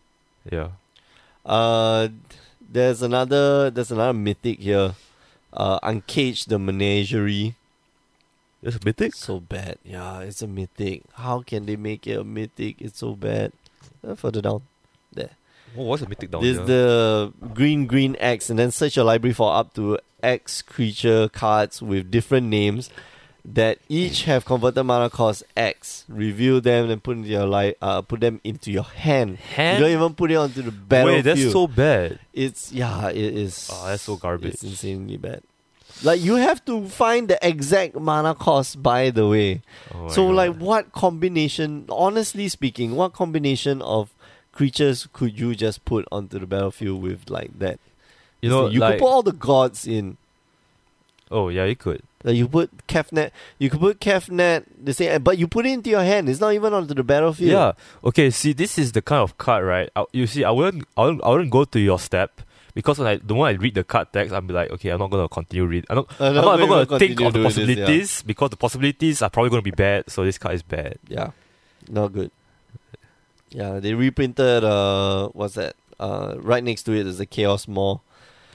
Speaker 2: Yeah.
Speaker 1: uh there's another there's another mythic here. Uh uncage the menagerie.
Speaker 2: It's a mythic?
Speaker 1: So bad. Yeah, it's a mythic. How can they make it a mythic? It's so bad. Uh, further down.
Speaker 2: Oh, what's a mythic down
Speaker 1: There's
Speaker 2: here?
Speaker 1: the green green X, and then search your library for up to X creature cards with different names that each have converted mana cost X. Review them and put into your li- uh, put them into your hand.
Speaker 2: Hand?
Speaker 1: You don't even put it onto the
Speaker 2: Wait,
Speaker 1: battlefield.
Speaker 2: that's so bad.
Speaker 1: it's yeah, it is.
Speaker 2: Oh, that's so garbage.
Speaker 1: It's insanely bad. Like you have to find the exact mana cost. By the way,
Speaker 2: Oh my
Speaker 1: so
Speaker 2: God.
Speaker 1: like what combination honestly speaking what combination of creatures could you just put onto the battlefield with like that
Speaker 2: you know,
Speaker 1: you
Speaker 2: like,
Speaker 1: could put all the gods in
Speaker 2: oh yeah, you could.
Speaker 1: like you put Kefnet, you could put Kefnet, the same, but you put it into your hand. It's not even onto the battlefield.
Speaker 2: Yeah. Okay. See, this is the kind of card, right? I, you see, I wouldn't, I wouldn't, I wouldn't go to your step because when I, the moment I read the card text, I'm like, okay, I'm not gonna continue read. I'm not,
Speaker 1: I'm
Speaker 2: I'm not even gonna Oh think
Speaker 1: continue doing this,
Speaker 2: of the
Speaker 1: yeah.
Speaker 2: possibilities because the possibilities are probably gonna be bad. So this card is bad.
Speaker 1: Yeah, not good. Yeah, they reprinted. Uh, what's that? Uh, right next to it is the Chaos Maw.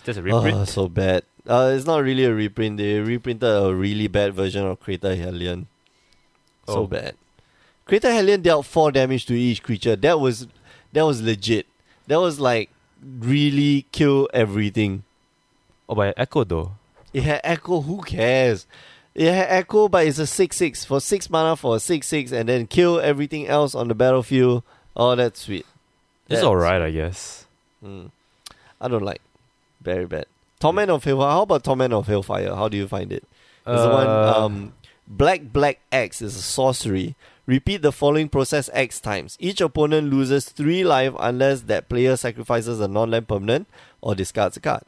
Speaker 2: Just a reprint.
Speaker 1: Oh, so bad. Uh, it's not really a reprint. They reprinted a really bad version of Crater Hellion. So
Speaker 2: Oh.
Speaker 1: bad. Crater Hellion dealt four damage to each creature. That was that was legit. That was like really kill everything.
Speaker 2: oh, but Echo though.
Speaker 1: It had echo. Who cares? It had echo, but it's a six six for six mana for a six six, and then kill everything else on the battlefield. Oh, that's sweet.
Speaker 2: It's
Speaker 1: That's-
Speaker 2: all right, I guess.
Speaker 1: Mm. I don't like. Very bad. Torment of Hellfire. How about Torment of Hellfire? How do you find it? There's the one
Speaker 2: Uh,
Speaker 1: um, Black Black X is a sorcery. Repeat the following process X times. Each opponent loses three life unless that player sacrifices a non-land permanent or discards a card.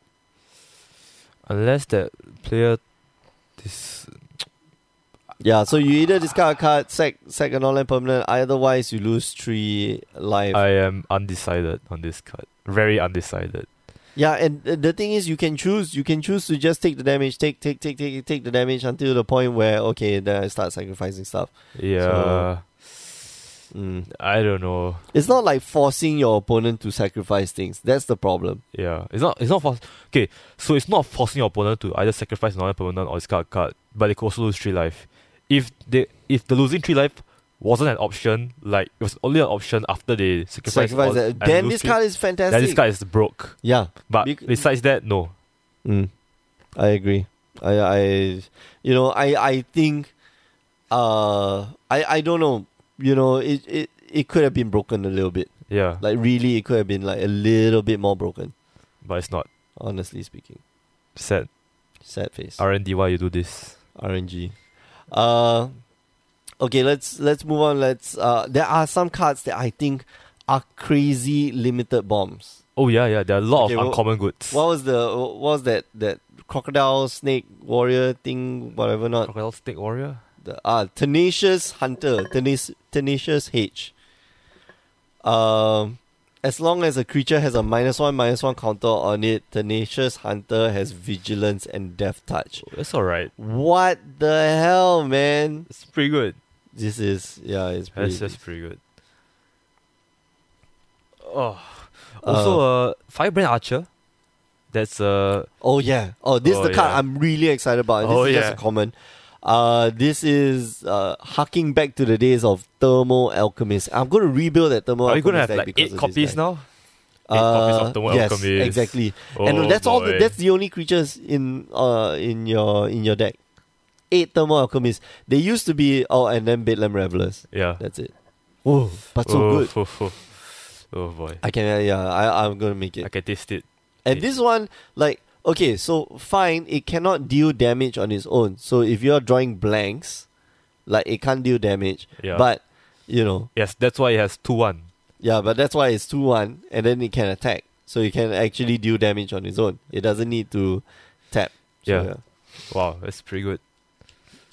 Speaker 2: unless that player, this
Speaker 1: Yeah, so you either discard a card, sack sack a non-land permanent. Otherwise, you lose three life.
Speaker 2: I am undecided on this card. Very undecided.
Speaker 1: yeah, and uh, the thing is, you can choose. You can choose to just take the damage, take take take take take the damage until the point where okay, then I start sacrificing stuff.
Speaker 2: Yeah.
Speaker 1: Mm.
Speaker 2: I don't know.
Speaker 1: It's not like forcing your opponent to sacrifice things. That's the problem.
Speaker 2: Yeah, it's not. It's not for. Okay, so it's not forcing your opponent to either sacrifice another opponent or discard a card, but they could also lose three life. If they, if the losing three life wasn't an option, like it was only an option after they sacrifice.
Speaker 1: sacrifice
Speaker 2: all-
Speaker 1: that.
Speaker 2: and
Speaker 1: Then
Speaker 2: lose
Speaker 1: this
Speaker 2: three-
Speaker 1: card is fantastic.
Speaker 2: Then this card is broke.
Speaker 1: yeah,
Speaker 2: But
Speaker 1: Bec-
Speaker 2: besides that, no.
Speaker 1: mm, I agree. I, I, you know, I, I think, uh, I, I don't know. You know, it, it, it could have been broken a little bit.
Speaker 2: Yeah,
Speaker 1: Like really, it could have been like a little bit more broken.
Speaker 2: but it's not
Speaker 1: Honestly speaking,
Speaker 2: sad.
Speaker 1: sad face.
Speaker 2: R and D, why you do this?
Speaker 1: RNG. Uh, okay, let's let's move on. Let's. Uh, there are some cards that I think are crazy limited bombs.
Speaker 2: Oh yeah, yeah. There are a lot
Speaker 1: Okay,
Speaker 2: of
Speaker 1: well-
Speaker 2: uncommon goods.
Speaker 1: What was the what was that that crocodile, snake, warrior thing, whatever not.
Speaker 2: Crocodile Snake Warrior.
Speaker 1: The, ah, tenacious hunter, tenacious, tenacious H. Um, as long as a creature has a minus one minus one counter on it, tenacious hunter has vigilance and death touch.
Speaker 2: That's alright.
Speaker 1: What the hell, man?
Speaker 2: It's pretty good.
Speaker 1: This is yeah, it's pretty.
Speaker 2: That's that's pretty good. Oh, also uh, Firebrand Archer. That's uh
Speaker 1: Oh yeah. Oh, this is
Speaker 2: Oh,
Speaker 1: the card
Speaker 2: yeah.
Speaker 1: I'm really excited about. and This
Speaker 2: Oh,
Speaker 1: is
Speaker 2: yeah.
Speaker 1: just a common. Uh, this is uh harking back to the days of Thermal Alchemist. I'm going to rebuild that Thermal
Speaker 2: are you
Speaker 1: Alchemist
Speaker 2: gonna have
Speaker 1: deck
Speaker 2: like
Speaker 1: because
Speaker 2: eight
Speaker 1: of
Speaker 2: copies
Speaker 1: this deck. Uh,
Speaker 2: now? Eight copies of Thermal
Speaker 1: yes,
Speaker 2: Alchemist.
Speaker 1: exactly.
Speaker 2: Oh,
Speaker 1: and that's all. The,
Speaker 2: boy.
Speaker 1: that's the only creatures in uh in your in your deck. Eight Thermal Alchemists. They used to be oh, and then Bedlam Revelers.
Speaker 2: yeah.
Speaker 1: That's it. Oh, but so
Speaker 2: oh,
Speaker 1: good.
Speaker 2: Oh, oh, oh boy,
Speaker 1: I can. uh, Yeah, I I'm gonna make it.
Speaker 2: I can taste it.
Speaker 1: And
Speaker 2: It-
Speaker 1: this one, like, okay, so fine, it cannot deal damage on its own. So if you're drawing blanks, like, it can't deal damage.
Speaker 2: Yeah.
Speaker 1: But, you know,
Speaker 2: yes, that's why it has two one.
Speaker 1: yeah, but that's why it's 2 1, and then it can attack. So it can actually deal damage on its own. It doesn't need to tap. So,
Speaker 2: Yeah. Wow, that's pretty good.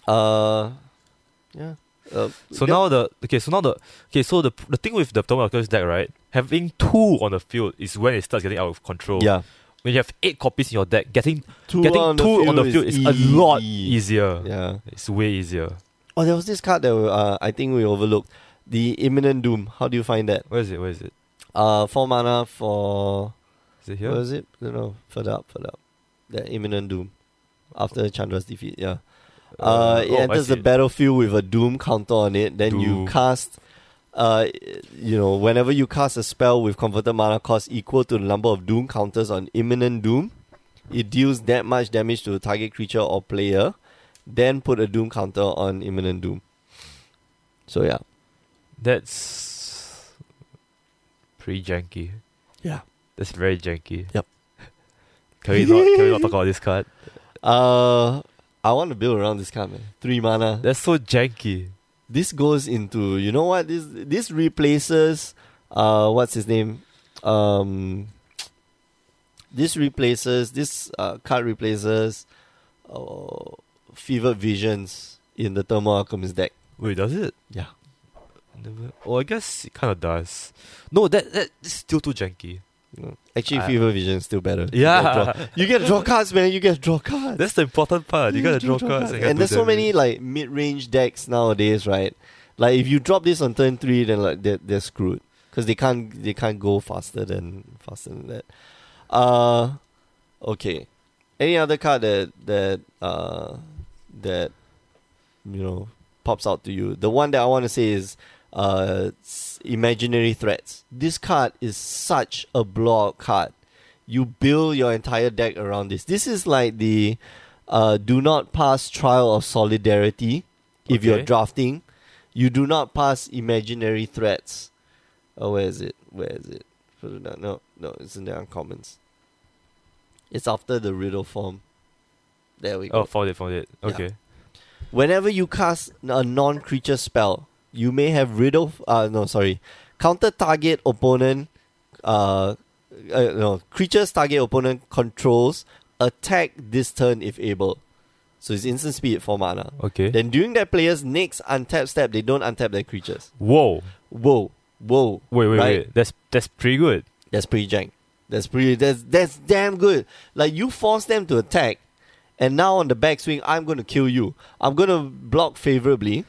Speaker 1: yeah. Uh, yeah. Uh,
Speaker 2: So
Speaker 1: that-
Speaker 2: now the okay, so now the okay, so the the thing with the Thermal Alchemist deck, right? Having two on the field is when it starts getting out of control.
Speaker 1: Yeah.
Speaker 2: When you have eight copies in your deck, getting
Speaker 1: Two
Speaker 2: getting
Speaker 1: on the
Speaker 2: two on the
Speaker 1: field
Speaker 2: field
Speaker 1: is
Speaker 2: is, a lot
Speaker 1: easy.
Speaker 2: easier.
Speaker 1: Yeah.
Speaker 2: It's way easier.
Speaker 1: Oh, there was this card that uh, I think we overlooked. The Imminent Doom. How do you find that?
Speaker 2: Where is it? Where is it?
Speaker 1: Uh, 4 mana for.
Speaker 2: Is it here?
Speaker 1: What was it? No, no. Further up, further up. The imminent doom. After Chandra's defeat, yeah. Uh, it
Speaker 2: oh, I
Speaker 1: enters the
Speaker 2: see.
Speaker 1: battlefield with a doom counter on it. Then
Speaker 2: Doom.
Speaker 1: you cast, uh, you know, whenever you cast a spell with converted mana cost equal to the number of doom counters on imminent doom, it deals that much damage to the target creature or player. Then put a doom counter on imminent doom. So yeah,
Speaker 2: That's pretty janky.
Speaker 1: yeah.
Speaker 2: That's very janky.
Speaker 1: Yep.
Speaker 2: Can we not can we not talk about this card?
Speaker 1: Uh, I want to build around this card, man. Three mana.
Speaker 2: That's so janky.
Speaker 1: this goes into you know what this this replaces uh what's his name um this replaces this uh, card replaces uh, fevered visions in the thermal alchemist deck
Speaker 2: Wait, does it?
Speaker 1: yeah
Speaker 2: Never. Oh, I guess it kind of does. No, that that is still too janky.
Speaker 1: actually
Speaker 2: I-
Speaker 1: fevered vision is still better You
Speaker 2: Yeah.
Speaker 1: get to draw- you get to draw cards man you get to draw cards
Speaker 2: That's the important part. You
Speaker 1: Yeah,
Speaker 2: gotta
Speaker 1: do
Speaker 2: draw cards.
Speaker 1: cards.
Speaker 2: gotta
Speaker 1: And
Speaker 2: do
Speaker 1: there's so many
Speaker 2: damage.
Speaker 1: like mid-range decks nowadays, right? Like if you drop this on turn three, then like they're, they're screwed because they can't they can't go faster than faster than that. Uh, okay. Any other card that that uh that you know pops out to you? The one that I want to say is uh s- imaginary threats. This card is such a blowout card. You build your entire deck around this. This is like the uh, do not pass trial of solidarity if you're
Speaker 2: Okay.
Speaker 1: drafting. You do not pass imaginary threats. Oh, where is it? Where is it? Put it down. No, no, it's in the uncommons. It's after the riddle form. There we go.
Speaker 2: Oh, found it, found it.
Speaker 1: Yeah.
Speaker 2: Okay.
Speaker 1: Whenever you cast a non-creature spell, you may have riddle. Uh, no, sorry, counter target opponent. Uh, uh, no, creatures target opponent controls attack this turn if able. So it's instant speed four mana.
Speaker 2: Okay.
Speaker 1: Then during that player's next untap step, they don't untap their creatures.
Speaker 2: Whoa.
Speaker 1: Whoa, whoa!
Speaker 2: Wait, wait,
Speaker 1: Right.
Speaker 2: wait. That's that's pretty good.
Speaker 1: That's pretty jank. That's pretty. That's that's damn good. Like you force them to attack, and now on the backswing, I'm gonna kill you. I'm gonna block favorably,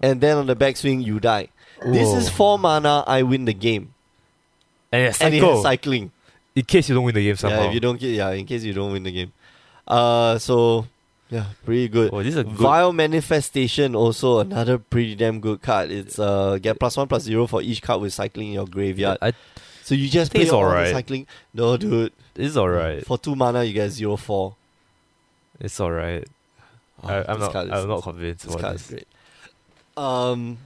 Speaker 1: and then on the backswing, you die. This
Speaker 2: Whoa.
Speaker 1: is four mana. I win the game.
Speaker 2: And it's
Speaker 1: And it
Speaker 2: psycho.
Speaker 1: has cycling.
Speaker 2: In case you don't win the game somehow.
Speaker 1: Yeah, if you don't. ki- Yeah, in case you don't win the game. Uh, so yeah, pretty good.
Speaker 2: Oh, this is a good.
Speaker 1: Vile Manifestation also another pretty damn good card. It's uh get plus one plus zero for each card with cycling in your graveyard.
Speaker 2: I,
Speaker 1: So you just
Speaker 2: I think
Speaker 1: play
Speaker 2: it's
Speaker 1: all the
Speaker 2: alright.
Speaker 1: cycling. No, dude.
Speaker 2: it's alright.
Speaker 1: For two mana, you get zero four.
Speaker 2: It's alright. I, I'm
Speaker 1: Oh, this
Speaker 2: not.
Speaker 1: card is-
Speaker 2: I'm not convinced.
Speaker 1: This
Speaker 2: about
Speaker 1: card is
Speaker 2: this.
Speaker 1: great. Um,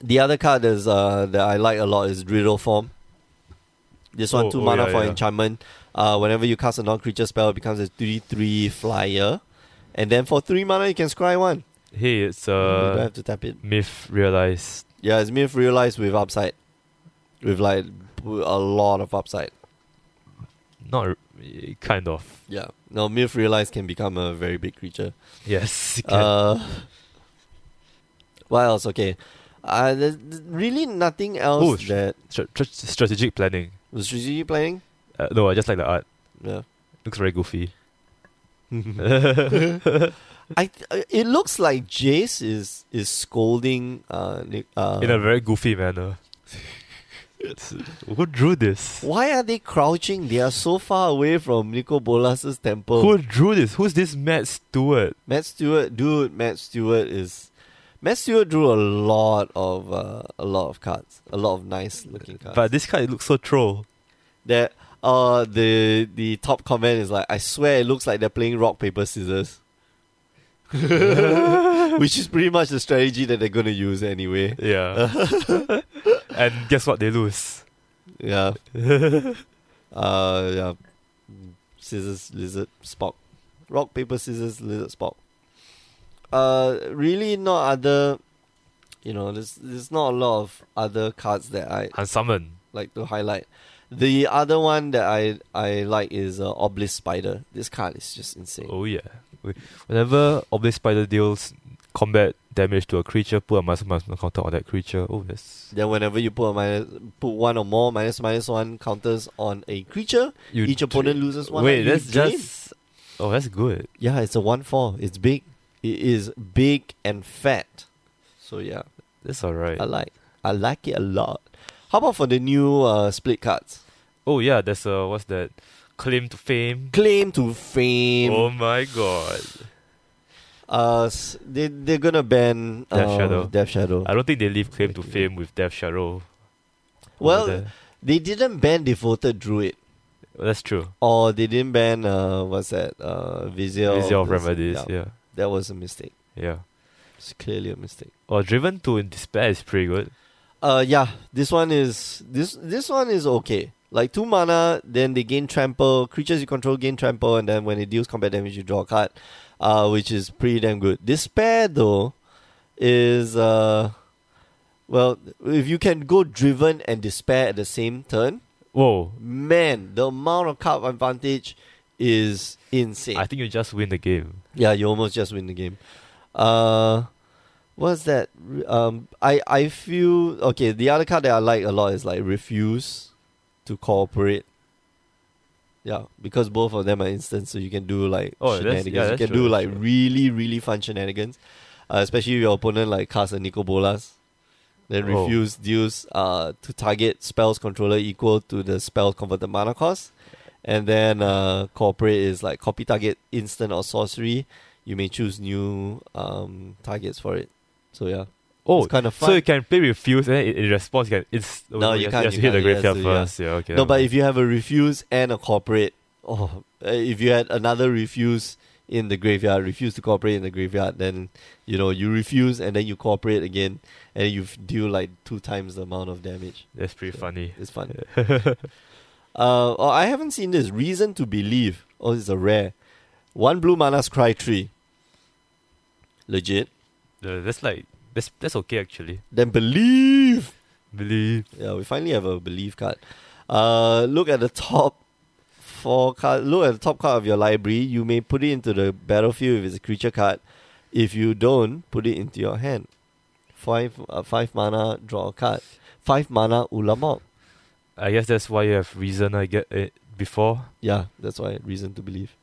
Speaker 1: the other card is uh that I like a lot is Riddle Form. This one
Speaker 2: Oh,
Speaker 1: two
Speaker 2: oh,
Speaker 1: mana
Speaker 2: yeah,
Speaker 1: for
Speaker 2: yeah.
Speaker 1: enchantment. Uh, whenever you cast a non-creature spell, it becomes a three three flyer, and then for three mana you can scry one.
Speaker 2: Hey, it's
Speaker 1: you don't
Speaker 2: uh,
Speaker 1: have to tap it.
Speaker 2: myth realized.
Speaker 1: Yeah, it's Myth Realized with upside, with like a lot of upside.
Speaker 2: Not r- kind of.
Speaker 1: Yeah. Now, Milf realized can become a very big creature.
Speaker 2: Yes. it can.
Speaker 1: Uh, what else? Okay. Uh, there's there's really nothing else
Speaker 2: Oh, sh-
Speaker 1: that
Speaker 2: Stra- tr- strategic planning.
Speaker 1: was strategic planning.
Speaker 2: Uh, no, I just like the art.
Speaker 1: Yeah.
Speaker 2: Looks very goofy.
Speaker 1: I th- it looks like Jace is is scolding uh, Nick- uh
Speaker 2: In a very goofy manner. It's- Who drew this?
Speaker 1: Why are they crouching? They are so far away from Nico Bolas's temple.
Speaker 2: Who drew this? Who's this Matt Stewart?
Speaker 1: Matt Stewart, dude, Matt Stewart is Matt Stewart drew a lot of uh, a lot of cards, a lot of nice looking cards.
Speaker 2: But this card it looks so troll.
Speaker 1: that uh the the top comment is like, I swear it looks like they're playing rock paper scissors, which is pretty much the strategy that they're gonna use anyway.
Speaker 2: Yeah. and guess what? They lose.
Speaker 1: Yeah. uh yeah. Scissors, lizard, spock. Rock, paper, scissors, lizard, spock. Uh really not other you know, there's there's not a lot of other cards that I
Speaker 2: And summon.
Speaker 1: like to highlight. The other one that I I like is uh, Obelisk Spider. This card is just insane.
Speaker 2: Oh yeah. Wait, Whenever Obelisk Spider deals combat damage to a creature, put a minus minus one counter on that creature. Oh yes.
Speaker 1: Then whenever you put a minus, put one or more minus minus one counters on a creature,
Speaker 2: You
Speaker 1: each
Speaker 2: dr-
Speaker 1: opponent loses one. life.
Speaker 2: Wait,
Speaker 1: You
Speaker 2: that's
Speaker 1: drain.
Speaker 2: just. Oh, that's good.
Speaker 1: Yeah, it's a one four. It's big. It is big and fat. So yeah,
Speaker 2: That's alright.
Speaker 1: I like. I like it a lot. How about for the new uh, split cards?
Speaker 2: Oh yeah, that's uh, what's that? Claim to fame.
Speaker 1: Claim to fame.
Speaker 2: Oh my god.
Speaker 1: Uh, s- they they're gonna ban
Speaker 2: Death
Speaker 1: uh,
Speaker 2: Shadow.
Speaker 1: Death Shadow.
Speaker 2: I don't think they leave claim to fame with Death Shadow.
Speaker 1: Well,
Speaker 2: Over there.
Speaker 1: They didn't ban Devoted Druid,
Speaker 2: that's true.
Speaker 1: or they didn't ban uh, what's that? Uh, Vizier. of
Speaker 2: Vizier of
Speaker 1: this-
Speaker 2: Remedies.
Speaker 1: yeah,
Speaker 2: Yeah.
Speaker 1: that was a mistake.
Speaker 2: Yeah.
Speaker 1: It's clearly a mistake.
Speaker 2: Or driven to in despair is pretty good.
Speaker 1: Uh, yeah, this one is this this one is okay. Like two mana, then they gain trample. Creatures you control gain trample, and then when it deals combat damage, you draw a card, uh, which is pretty damn good. Despair though is uh, well, if you can go driven and despair at the same turn,
Speaker 2: Whoa.
Speaker 1: man, the amount of card advantage is insane.
Speaker 2: I think you just win the game.
Speaker 1: Yeah, you almost just win the game. Uh, what's that? Um, I I feel okay. The other card that I like a lot is like refuse to cooperate. Yeah, because both of them are instant, so you can do like
Speaker 2: Oh, that's- yeah,
Speaker 1: shenanigans. you
Speaker 2: that's
Speaker 1: can
Speaker 2: true,
Speaker 1: do
Speaker 2: that's
Speaker 1: like
Speaker 2: true.
Speaker 1: really really fun shenanigans, uh, especially if your opponent like casts a Nico Bolas. Then
Speaker 2: Oh.
Speaker 1: refuse deals uh, to target spells controller equal to the spell converted mana cost. And then uh, corporate is like copy target instant or sorcery. You may choose new um, targets for it. So yeah,
Speaker 2: Oh,
Speaker 1: it's kind of fun.
Speaker 2: so you can play refuse and then in- in response you can it's
Speaker 1: No, you
Speaker 2: yes,
Speaker 1: can't,
Speaker 2: yes,
Speaker 1: you
Speaker 2: hit the
Speaker 1: can't, you have
Speaker 2: graveyard
Speaker 1: to,
Speaker 2: first. Yeah. okay.
Speaker 1: no,
Speaker 2: never
Speaker 1: but
Speaker 2: mind.
Speaker 1: if you have a refuse and a corporate, oh, uh, if you had another refuse in the graveyard, refuse to cooperate in the graveyard, then you know you refuse and then you cooperate again, and you f- deal like two times the amount of damage.
Speaker 2: that's pretty funny.
Speaker 1: It's fun. uh, oh, I haven't seen this. Reason to believe. Oh, it's a rare. One blue mana's cry tree. Legit.
Speaker 2: Uh, that's like that's that's okay actually.
Speaker 1: Then believe.
Speaker 2: Believe.
Speaker 1: Yeah, we finally have a believe card. Uh, look at the top four card. Look at the top card of your library. You may put it into the battlefield if it's a creature card. If you don't, put it into your hand. Five, uh, five mana, draw a card. Five mana, ulamog.
Speaker 2: I guess that's why you have reason I get it before.
Speaker 1: Yeah, that's why reason to believe.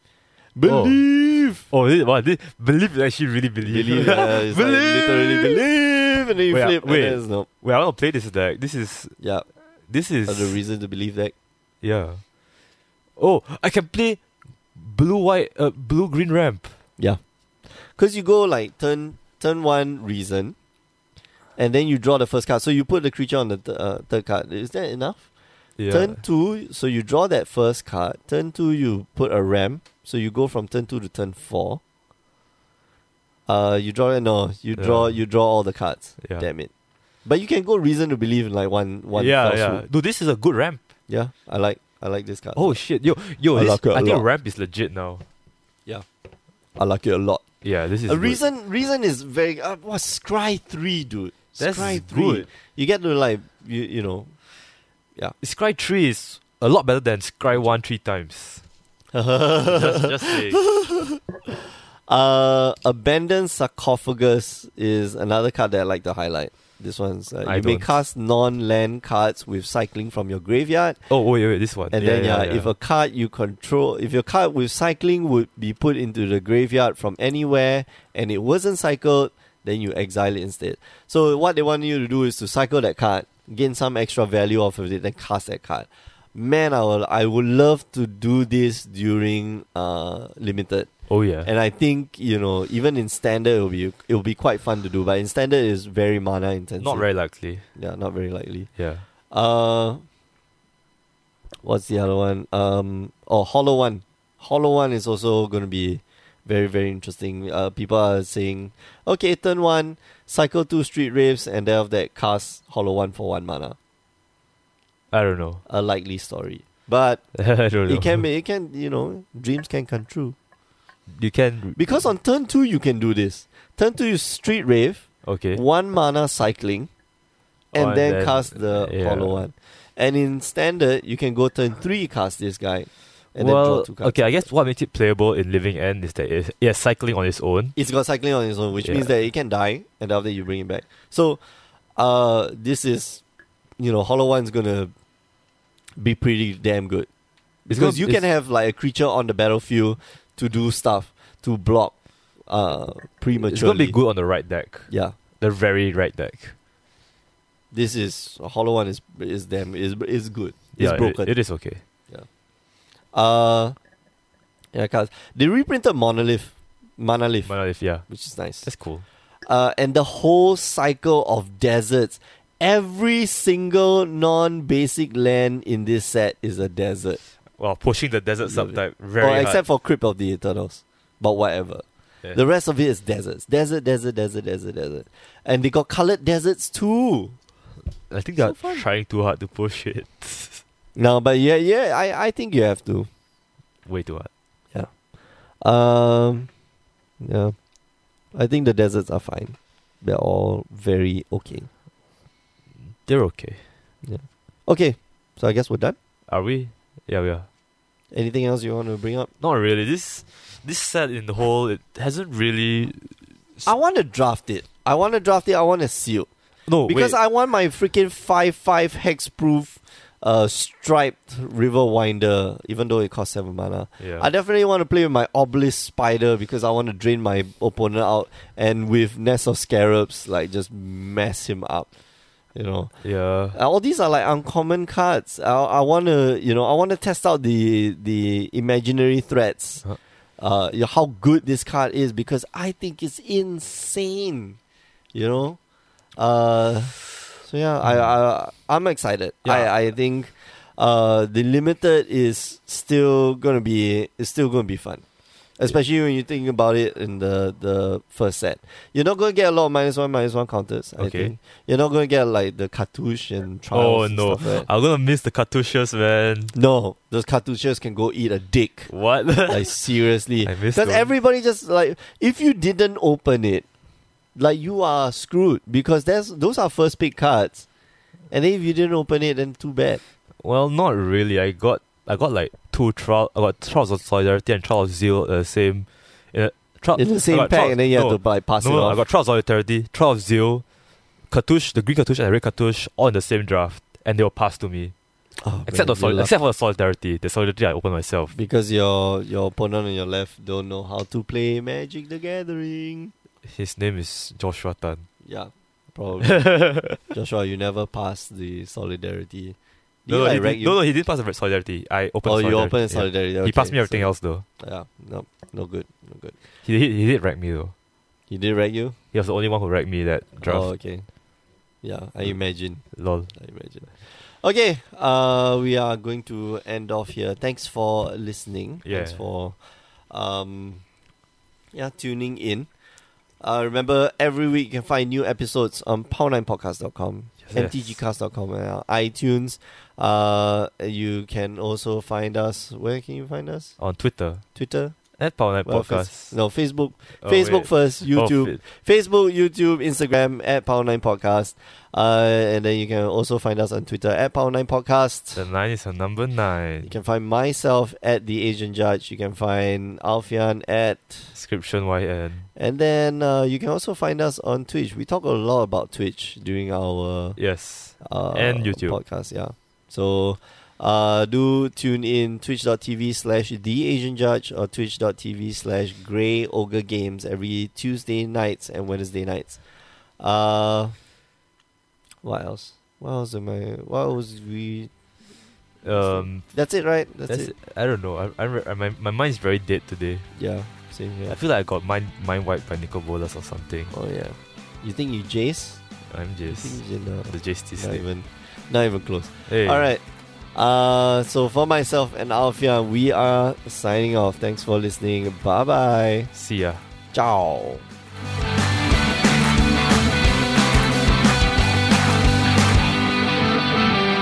Speaker 2: Oh.
Speaker 1: Believe.
Speaker 2: Oh, this, wow, this, believe is actually really believe.
Speaker 1: Believe. yeah, it's like literally believe, and then you
Speaker 2: Wait, uh,
Speaker 1: flip.
Speaker 2: wait.
Speaker 1: And then it's no.
Speaker 2: Wait, I want to play this deck. This is
Speaker 1: Yeah,
Speaker 2: this is
Speaker 1: another reason to believe that.
Speaker 2: yeah. Oh, I can play blue white uh, blue green ramp.
Speaker 1: Cause you go like turn turn one reason, and then you draw the first card. So you put the creature on the th- uh, third card. Is that enough?
Speaker 2: Yeah.
Speaker 1: Turn two, so you draw that first card. Turn two, you put a ram. So you go from turn two to turn four. Uh, you draw no, you
Speaker 2: Yeah.
Speaker 1: draw you draw all the cards.
Speaker 2: Yeah.
Speaker 1: Damn it! But you can go reason to believe in like one one.
Speaker 2: yeah,
Speaker 1: fell
Speaker 2: yeah.
Speaker 1: swoop.
Speaker 2: Dude, this is a good ramp.
Speaker 1: yeah. I like I like this card.
Speaker 2: Oh shit, yo, yo,
Speaker 1: I
Speaker 2: this,
Speaker 1: like it a
Speaker 2: I think
Speaker 1: lot.
Speaker 2: ramp is legit now.
Speaker 1: I like it a lot.
Speaker 2: Yeah, this is
Speaker 1: a
Speaker 2: good.
Speaker 1: reason reason is very uh, what Scry three, dude.
Speaker 2: That's
Speaker 1: Scry three.
Speaker 2: good.
Speaker 1: You get to like you you know
Speaker 2: Scry three is a lot better than Scry One three times. just, just saying.
Speaker 1: Uh, Abandoned Sarcophagus is another card that I like to highlight. This one's uh,
Speaker 2: I
Speaker 1: you may
Speaker 2: don't.
Speaker 1: cast non-land cards with cycling from your graveyard,
Speaker 2: Oh wait, wait, this one.
Speaker 1: and then yeah, if a card you control, if your card with cycling would be put into the graveyard from anywhere, and it wasn't cycled, then you exile it instead. So what they want you to do is to cycle that card, gain some extra value off of it, then cast that card. Man, I will, I would love to do this during uh limited.
Speaker 2: oh yeah,
Speaker 1: And I think you know, even in standard, it'll be it'll be quite fun to do. But in standard, it's very mana intensive.
Speaker 2: not very likely.
Speaker 1: Yeah, not very likely.
Speaker 2: Yeah,
Speaker 1: Uh, what's the other one? Um, oh, Hollow One. Hollow One is also going to be very very interesting. Uh, people are saying, okay, turn one, cycle two street raves, and then of that cast Hollow One for one mana.
Speaker 2: I don't know.
Speaker 1: A likely story, but
Speaker 2: I don't know.
Speaker 1: it can be it can you know dreams can come true
Speaker 2: You can.
Speaker 1: because on turn two you can do this. Turn two is street rave.
Speaker 2: Okay.
Speaker 1: one mana cycling, and
Speaker 2: Oh, and
Speaker 1: then,
Speaker 2: then-
Speaker 1: cast the
Speaker 2: yeah.
Speaker 1: hollow one. And in standard, you can go turn three, cast this guy, and then draw
Speaker 2: well,
Speaker 1: two cards.
Speaker 2: okay. I guess what makes it playable in Living End is that it, yeah, cycling on its own.
Speaker 1: It's got cycling on its own, which
Speaker 2: Yeah.
Speaker 1: means that it can die, and after you bring it back. So, uh, this is, you know, hollow one's gonna be pretty damn good
Speaker 2: It's
Speaker 1: because
Speaker 2: gonna-
Speaker 1: you can
Speaker 2: it's-
Speaker 1: have like a creature on the battlefield to do stuff to block, uh, prematurely.
Speaker 2: It's gonna be good on the right deck,
Speaker 1: Yeah,
Speaker 2: the very right deck.
Speaker 1: this is hollow one is is damn is is good. It's
Speaker 2: yeah, it-
Speaker 1: broken.
Speaker 2: it is okay.
Speaker 1: Uh, yeah, cards. They reprinted Monolith, Monolith,
Speaker 2: Monolith, yeah,
Speaker 1: which is nice.
Speaker 2: that's cool.
Speaker 1: Uh, and the whole cycle of deserts. Every single non-basic land in this set is a desert,
Speaker 2: Well, pushing the desert
Speaker 1: Love it.
Speaker 2: subtype very
Speaker 1: or
Speaker 2: hard.
Speaker 1: except for Crypt of the Eternals, but whatever.
Speaker 2: Yeah.
Speaker 1: The rest of it is deserts, desert, desert, desert, desert, desert, and they got colored deserts too.
Speaker 2: I think they're
Speaker 1: So fun.
Speaker 2: trying too hard to push it.
Speaker 1: No, but yeah, yeah, I, I think you have to.
Speaker 2: Way too hard.
Speaker 1: Um, yeah, I think the deserts are fine. They're all very okay.
Speaker 2: They're okay.
Speaker 1: Okay, so I guess we're done.
Speaker 2: Are we? Yeah, we are.
Speaker 1: Anything else you want to bring up?
Speaker 2: Not really. This this set in the whole it hasn't really.
Speaker 1: I want to draft it. I want to draft it. I want to seal
Speaker 2: No,
Speaker 1: because I want my freaking five five hex proof, uh, striped river winder. Even though it costs seven mana,
Speaker 2: I yeah.
Speaker 1: I definitely want to play with my obelisk spider because I want to drain my opponent out, and with nest of scarabs, like just mess him up. You know,
Speaker 2: yeah.
Speaker 1: Uh, all these are like uncommon cards. I, I want to, you know, I want to test out the the imaginary threats.
Speaker 2: Huh.
Speaker 1: Uh, you know, how good this card is because I think it's insane. You know, uh, so yeah, I, I I'm excited.
Speaker 2: Hmm. Yeah.
Speaker 1: I I think uh, the limited is still gonna be is still gonna be fun. Especially when you think about it in the, the first set, you're not going to get a lot of minus one minus one counters. I
Speaker 2: Okay.
Speaker 1: think you're not gonna get like the cartouche and trials.
Speaker 2: Oh
Speaker 1: and
Speaker 2: no,
Speaker 1: stuff like that.
Speaker 2: I'm gonna miss the cartouches, man.
Speaker 1: no! Those cartouches can go eat a dick.
Speaker 2: What?
Speaker 1: Like seriously,
Speaker 2: I missed
Speaker 1: because
Speaker 2: those.
Speaker 1: everybody just like if you didn't open it, like you are screwed because that's those are first pick cards, and then if you didn't open it, then too bad.
Speaker 2: well, not really. I got I got like two trials. I got trials of solidarity and trials of zeal at the same. Uh, trial,
Speaker 1: It's the
Speaker 2: I
Speaker 1: same
Speaker 2: got
Speaker 1: pack,
Speaker 2: trials-
Speaker 1: and then you
Speaker 2: no,
Speaker 1: have to like pass
Speaker 2: no,
Speaker 1: it
Speaker 2: no,
Speaker 1: off.
Speaker 2: I got Trials of Authority, Trial of Zeal, Cartouche, the green cartouche and the red cartouche all in the same draft, and they were passed to me.
Speaker 1: Oh,
Speaker 2: Except, the
Speaker 1: man,
Speaker 2: soli-
Speaker 1: you're
Speaker 2: except for the Solidarity. The Solidarity I opened myself.
Speaker 1: lucky. because your your opponent on your left don't know how to play Magic the Gathering.
Speaker 2: His name is Joshua Tan.
Speaker 1: Yeah, probably. Joshua, you never passed the solidarity. Did
Speaker 2: no,
Speaker 1: he,
Speaker 2: no,
Speaker 1: like,
Speaker 2: he
Speaker 1: rank
Speaker 2: didn't-
Speaker 1: you?
Speaker 2: no, no, he didn't pass the Solidarity. I opened
Speaker 1: oh,
Speaker 2: Solidarity.
Speaker 1: you open
Speaker 2: yeah.
Speaker 1: solidarity.
Speaker 2: He passed me everything else, though.
Speaker 1: Yeah, no, no good, no good.
Speaker 2: He, he, he did rank me, though.
Speaker 1: He did rank you.
Speaker 2: He was the only one who ranked me that draft. Hmm.
Speaker 1: Oh, okay. Yeah, I imagine.
Speaker 2: Lol.
Speaker 1: I imagine. Okay, uh, we are going to end off here. Thanks for listening. Thanks
Speaker 2: Yeah.
Speaker 1: for, um, yeah, tuning in. Uh, remember, every week you can find new episodes on pound9podcast.com.
Speaker 2: Yes.
Speaker 1: mtgcast.com and our iTunes. Uh, you can also find us. Where can you find us?
Speaker 2: On Twitter,
Speaker 1: Twitter
Speaker 2: At Power Nine
Speaker 1: Well,
Speaker 2: Podcast.
Speaker 1: Face- no, Facebook.
Speaker 2: Oh,
Speaker 1: Facebook
Speaker 2: wait.
Speaker 1: first,
Speaker 2: Oh,
Speaker 1: YouTube.
Speaker 2: fa-
Speaker 1: Facebook, YouTube, Instagram at Power Nine Podcast. Uh, and then you can also find us on Twitter at Power Nine Podcast.
Speaker 2: the nine is a number
Speaker 1: You
Speaker 2: nine.
Speaker 1: can find myself at The Asian Judge. You can find Alfian at.
Speaker 2: Description YN.
Speaker 1: And then uh, you can also find us on Twitch. We talk a lot about Twitch during our
Speaker 2: Yes.
Speaker 1: uh,
Speaker 2: And YouTube.
Speaker 1: podcast. Yeah. So uh, do tune in twitch.tv slash the Asian Judge or twitch.tv slash Grey Ogre Games every Tuesday nights and Wednesday nights. Uh, what else? What else am I? What was we?
Speaker 2: Um,
Speaker 1: That's it, right? That's,
Speaker 2: that's
Speaker 1: it.
Speaker 2: it. I don't know. I, I, re- I- my my mind's very dead today.
Speaker 1: Yeah. Same here.
Speaker 2: I feel like I got mind mind wiped by Nico Bolas or something.
Speaker 1: Oh yeah. You think you Jace?
Speaker 2: I'm
Speaker 1: You
Speaker 2: just
Speaker 1: think you no,
Speaker 2: the JST
Speaker 1: not
Speaker 2: sleep.
Speaker 1: even, not even close.
Speaker 2: Hey,
Speaker 1: All right. Uh, so for myself and Alfia, we are signing off. Thanks for listening. Bye bye.
Speaker 2: See ya.
Speaker 1: Ciao.